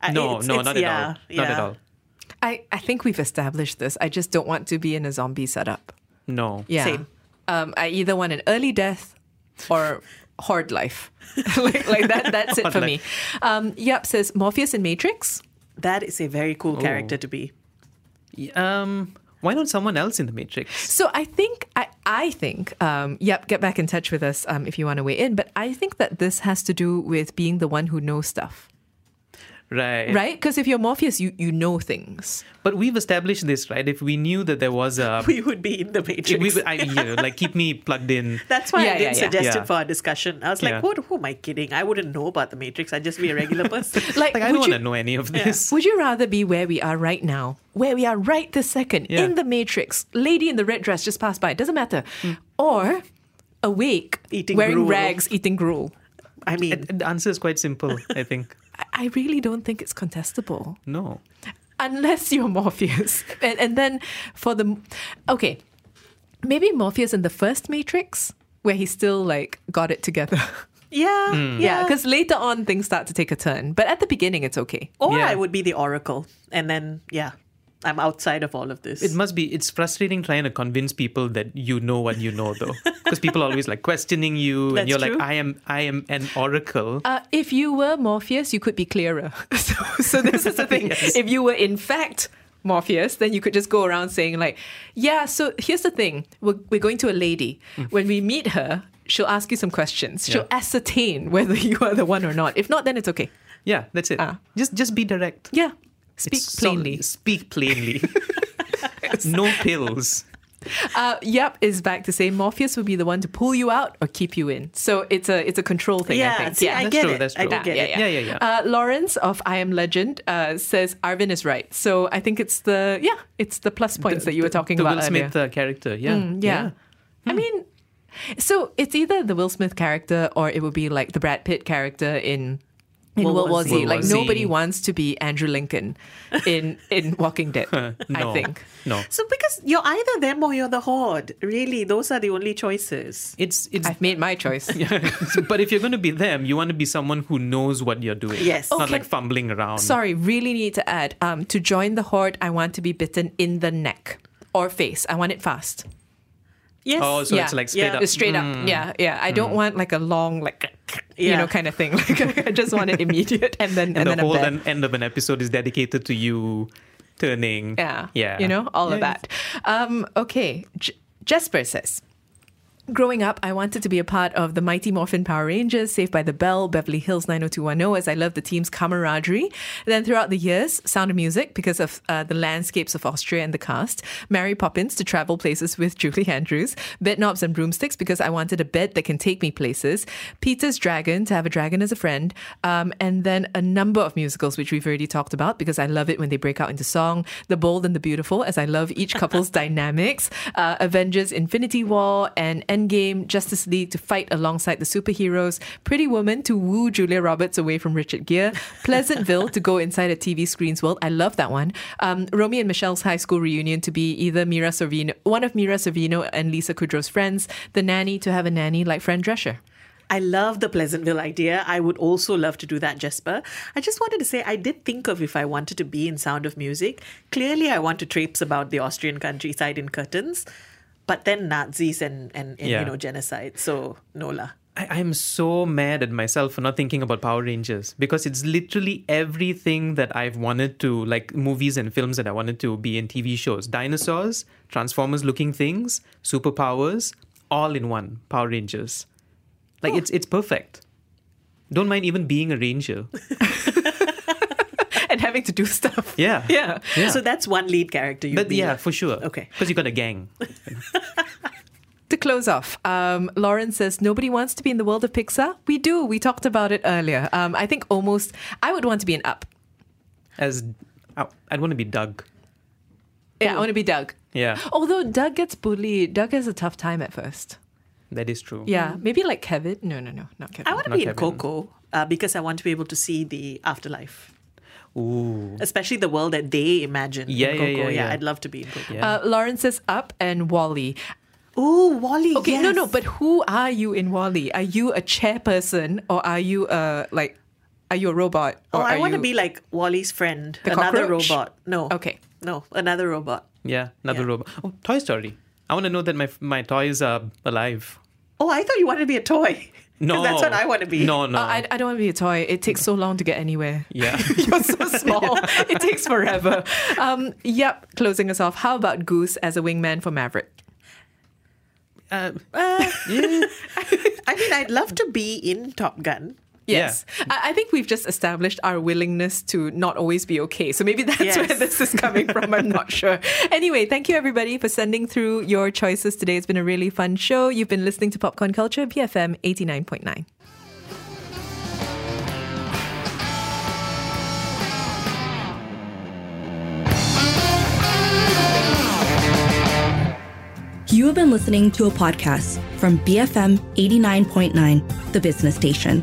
Speaker 7: I-
Speaker 6: No,
Speaker 7: it's-
Speaker 6: no,
Speaker 7: it's-
Speaker 6: not at all, not at all.
Speaker 5: I I think we've established this. I just don't want to be in a zombie setup.
Speaker 6: No,
Speaker 5: Yeah. Um, I either want an early death or hard life. <laughs> like, like that. That's it
Speaker 7: Hard
Speaker 5: for me. Um, Yap says Morpheus in Matrix.
Speaker 7: That is a very cool
Speaker 6: Oh.
Speaker 7: character to be. <laughs>
Speaker 6: Y- Um, why not someone else in the Matrix?
Speaker 5: So I think I I think um, yep. Get back in touch with us um, if you want to weigh in. But I think that this has to do with being the one who knows stuff,
Speaker 6: Right.
Speaker 5: right? Because if you're Morpheus, you you know things.
Speaker 6: But we've established this, right? If we knew that there was a,
Speaker 7: We would be in the Matrix.
Speaker 6: if we would- I, you know, like keep me plugged in.
Speaker 7: <laughs> That's why
Speaker 5: Yeah,
Speaker 7: I
Speaker 5: yeah,
Speaker 7: didn't
Speaker 5: yeah.
Speaker 7: suggest
Speaker 6: Yeah.
Speaker 7: it for our discussion. I was
Speaker 6: Yeah.
Speaker 7: like, what, who am I kidding? I wouldn't know about the Matrix. I'd just be a regular person.
Speaker 5: Like,
Speaker 6: Like I
Speaker 5: would
Speaker 6: don't want
Speaker 5: you-
Speaker 6: to know any of this.
Speaker 5: Would you rather be where we are right now, where we are right this second,
Speaker 6: Yeah.
Speaker 5: in the Matrix, lady in the red dress just passed by, doesn't matter, or awake,
Speaker 6: Hmm. Eating
Speaker 5: wearing
Speaker 6: gruel.
Speaker 5: rags, eating gruel?
Speaker 7: I
Speaker 6: uh,
Speaker 7: mean,
Speaker 6: the answer is quite simple. I think
Speaker 5: I- I really don't think it's contestable.
Speaker 6: no.
Speaker 5: unless you're <laughs> Morpheus. And, and then for the. Okay. Maybe Morpheus in the first Matrix, where he still like got it
Speaker 6: <laughs>
Speaker 5: together.
Speaker 7: Yeah,
Speaker 5: Mm. Yeah, because later on things start to take a turn. But at the beginning, it's okay.
Speaker 7: Or I would be the oracle, and then yeah, I'm outside of all of this.
Speaker 6: It must be. It's frustrating trying to convince people that you know what you know, though, because people are always like questioning you,
Speaker 5: That's
Speaker 6: and you're
Speaker 5: true.
Speaker 6: like, "I am, I am an oracle."
Speaker 5: Uh, if you were Morpheus, you could be clearer. <laughs> so, so this is the
Speaker 7: <laughs>
Speaker 5: thing. If you were in fact Morpheus, then you could just go around saying like, "Yeah, so here's the thing. We're, we're going to a lady.
Speaker 7: Mm.
Speaker 5: When we meet her, she'll ask you some questions. She'll ascertain whether <laughs> you are the one or not. If not, then it's okay.
Speaker 6: Yeah, that's it. just just be direct.
Speaker 5: Yeah, Ah. speak
Speaker 6: It's so-
Speaker 5: plainly.
Speaker 6: speak
Speaker 5: <laughs>
Speaker 6: plainly. no pills.
Speaker 5: Uh, yep is back to say Morpheus will be the one to pull you out or keep you in. So it's a it's a control thing.
Speaker 7: Yeah,
Speaker 5: I think.
Speaker 7: see, I That's get true, it. that's I true. do get
Speaker 5: yeah,
Speaker 7: it.
Speaker 5: yeah,
Speaker 7: Yeah, yeah,
Speaker 5: Uh, Lawrence of I Am Legend uh, says Arvin is right. So I think it's the yeah, it's the plus points that you were talking
Speaker 6: the
Speaker 5: about
Speaker 6: Will
Speaker 5: earlier.
Speaker 6: Smith uh, character. Yeah,
Speaker 5: Mm, yeah. I mean, so it's either the Will Smith character or it would be like the Brad Pitt character in. In World, War Z,
Speaker 6: World
Speaker 5: like
Speaker 6: War Z.
Speaker 5: nobody wants to be Andrew Lincoln in in Walking Dead. I
Speaker 6: No.
Speaker 5: think
Speaker 6: No.
Speaker 7: So because you're either them or you're the horde. Really, those are the only choices.
Speaker 6: It's it's
Speaker 5: I've made my choice.
Speaker 6: <laughs> but if you're going to be them, you want to be someone who knows what you're doing.
Speaker 5: Yes.
Speaker 6: Not
Speaker 5: Okay.
Speaker 6: like fumbling around.
Speaker 5: Sorry, really need to add. Um, to join the horde, I want to be bitten in the neck or face. I want it fast.
Speaker 7: Yes.
Speaker 6: Oh, so it's like straight
Speaker 5: yeah.
Speaker 6: up.
Speaker 5: It's Straight up.
Speaker 6: Mm.
Speaker 5: Yeah, yeah. I don't
Speaker 6: Mm.
Speaker 5: want like a long, like, <laughs> you
Speaker 6: Yeah.
Speaker 5: know, kind of thing. <laughs> Like, I just
Speaker 6: <laughs>
Speaker 5: want it immediate and then and,
Speaker 6: And, the
Speaker 5: then I'm
Speaker 6: whole
Speaker 5: dead.
Speaker 6: en- end of an episode is dedicated to you turning.
Speaker 5: Yeah.
Speaker 6: Mm-hmm. Yeah.
Speaker 5: You know, all of
Speaker 6: Yeah.
Speaker 5: that. Um, okay. J- Jesper says. Growing up, I wanted to be a part of the Mighty Morphin Power Rangers, Saved by the Bell, Beverly Hills 90210, as I loved the team's camaraderie. Then, throughout the years, Sound of Music because of uh, the landscapes of Austria and the cast, Mary Poppins to travel places with Julie Andrews, Bed Knobs and Broomsticks because I wanted a bed that can take me places, Peter's Dragon to have a dragon as a friend, um, and then a number of musicals, which we've already talked about because I love it when they break out into song, The Bold and the Beautiful, as I love each couple's dynamics, uh, Avengers Infinity War and Endgame, Justice League to fight alongside the superheroes, Pretty Woman to woo Julia Roberts away from Richard Gere, Pleasantville to go inside a TV screen's world. I love that one. Um, Romy and Michelle's high school reunion to be either Mira Sorvino, one of Mira Sorvino and Lisa Kudrow's friends, The Nanny to have a nanny like Fran Drescher. <laughs>
Speaker 7: I love the Pleasantville idea. I would also love to do that, Jesper. I just wanted to say I did think of if I wanted to be in Sound of Music. Clearly, I want to traipse about the Austrian countryside in curtains, but then Nazis and and, and
Speaker 6: Yeah.
Speaker 7: you know genocide. So Nola.
Speaker 6: I, I'm so mad at myself for not thinking about Power Rangers because it's literally everything that I've wanted to, like movies and films that I wanted to be in TV shows. Dinosaurs, Transformers looking things, superpowers, all in one. Power Rangers. Like it's it's perfect. Don't mind even being a ranger.
Speaker 5: and having to do stuff.
Speaker 6: Yeah.
Speaker 5: Yeah.
Speaker 7: So that's one lead character. You'd
Speaker 6: But
Speaker 7: be.
Speaker 6: yeah, for sure. Okay. Because you got a gang.
Speaker 5: To close off, um, Lauren says nobody wants to be in the world of Pixar. We do. We talked about it earlier. Um, I think almost I would want to be an up.
Speaker 6: As I- I'd want to be Doug.
Speaker 5: Yeah, I want to be Doug.
Speaker 6: Yeah.
Speaker 5: Although Doug gets bullied, Doug has a tough time at first.
Speaker 6: That is true.
Speaker 5: Yeah, maybe like Kevin. No, no, no, not Kevin.
Speaker 7: Mm. I want to be in Coco uh, because I want to be able to see the afterlife,
Speaker 6: Ooh.
Speaker 7: especially the world that they imagine.
Speaker 6: Yeah,
Speaker 7: in
Speaker 6: yeah,
Speaker 7: Coco.
Speaker 6: yeah, yeah.
Speaker 7: I'd love to be in Coco.
Speaker 5: Uh, Lauren says up and Wally.
Speaker 7: Oh, Wally.
Speaker 5: Okay, no, no, but who are you in Wally? Are you a chairperson or are you a like? Are you a robot?
Speaker 7: Oh,
Speaker 5: Or
Speaker 7: I
Speaker 5: are
Speaker 7: want to
Speaker 5: you-
Speaker 7: be like Wally's friend,
Speaker 5: The
Speaker 7: another
Speaker 5: cockroach?
Speaker 7: robot. No.
Speaker 5: Okay.
Speaker 7: No, another robot.
Speaker 6: Yeah, another robot. Oh, Toy Story. I want to know that my my toys are alive.
Speaker 7: Oh, I thought you wanted to be a toy. <laughs> 'Cause
Speaker 6: No.
Speaker 7: <laughs> that's what I want to be.
Speaker 6: No, no.
Speaker 5: Oh, I, I don't want to be a toy. It takes so long to get anywhere.
Speaker 6: yeah.
Speaker 5: <laughs>
Speaker 6: <laughs>
Speaker 5: You're so small. it takes forever. Um, yep. Closing us off. How about Goose as a wingman for Maverick?
Speaker 6: Uh,
Speaker 7: I mean, I'd love to be in Top Gun.
Speaker 5: Yes. I, I think we've just established our willingness to not always be okay. So maybe <laughs> that's
Speaker 7: Yes.
Speaker 5: where this is coming from. I'm not sure. Anyway, thank you everybody for sending through your choices today. It's been a really fun show. You've been listening to Popcorn Culture, BFM 89.9.
Speaker 1: You have been listening to a podcast from BFM 89.9, the business station.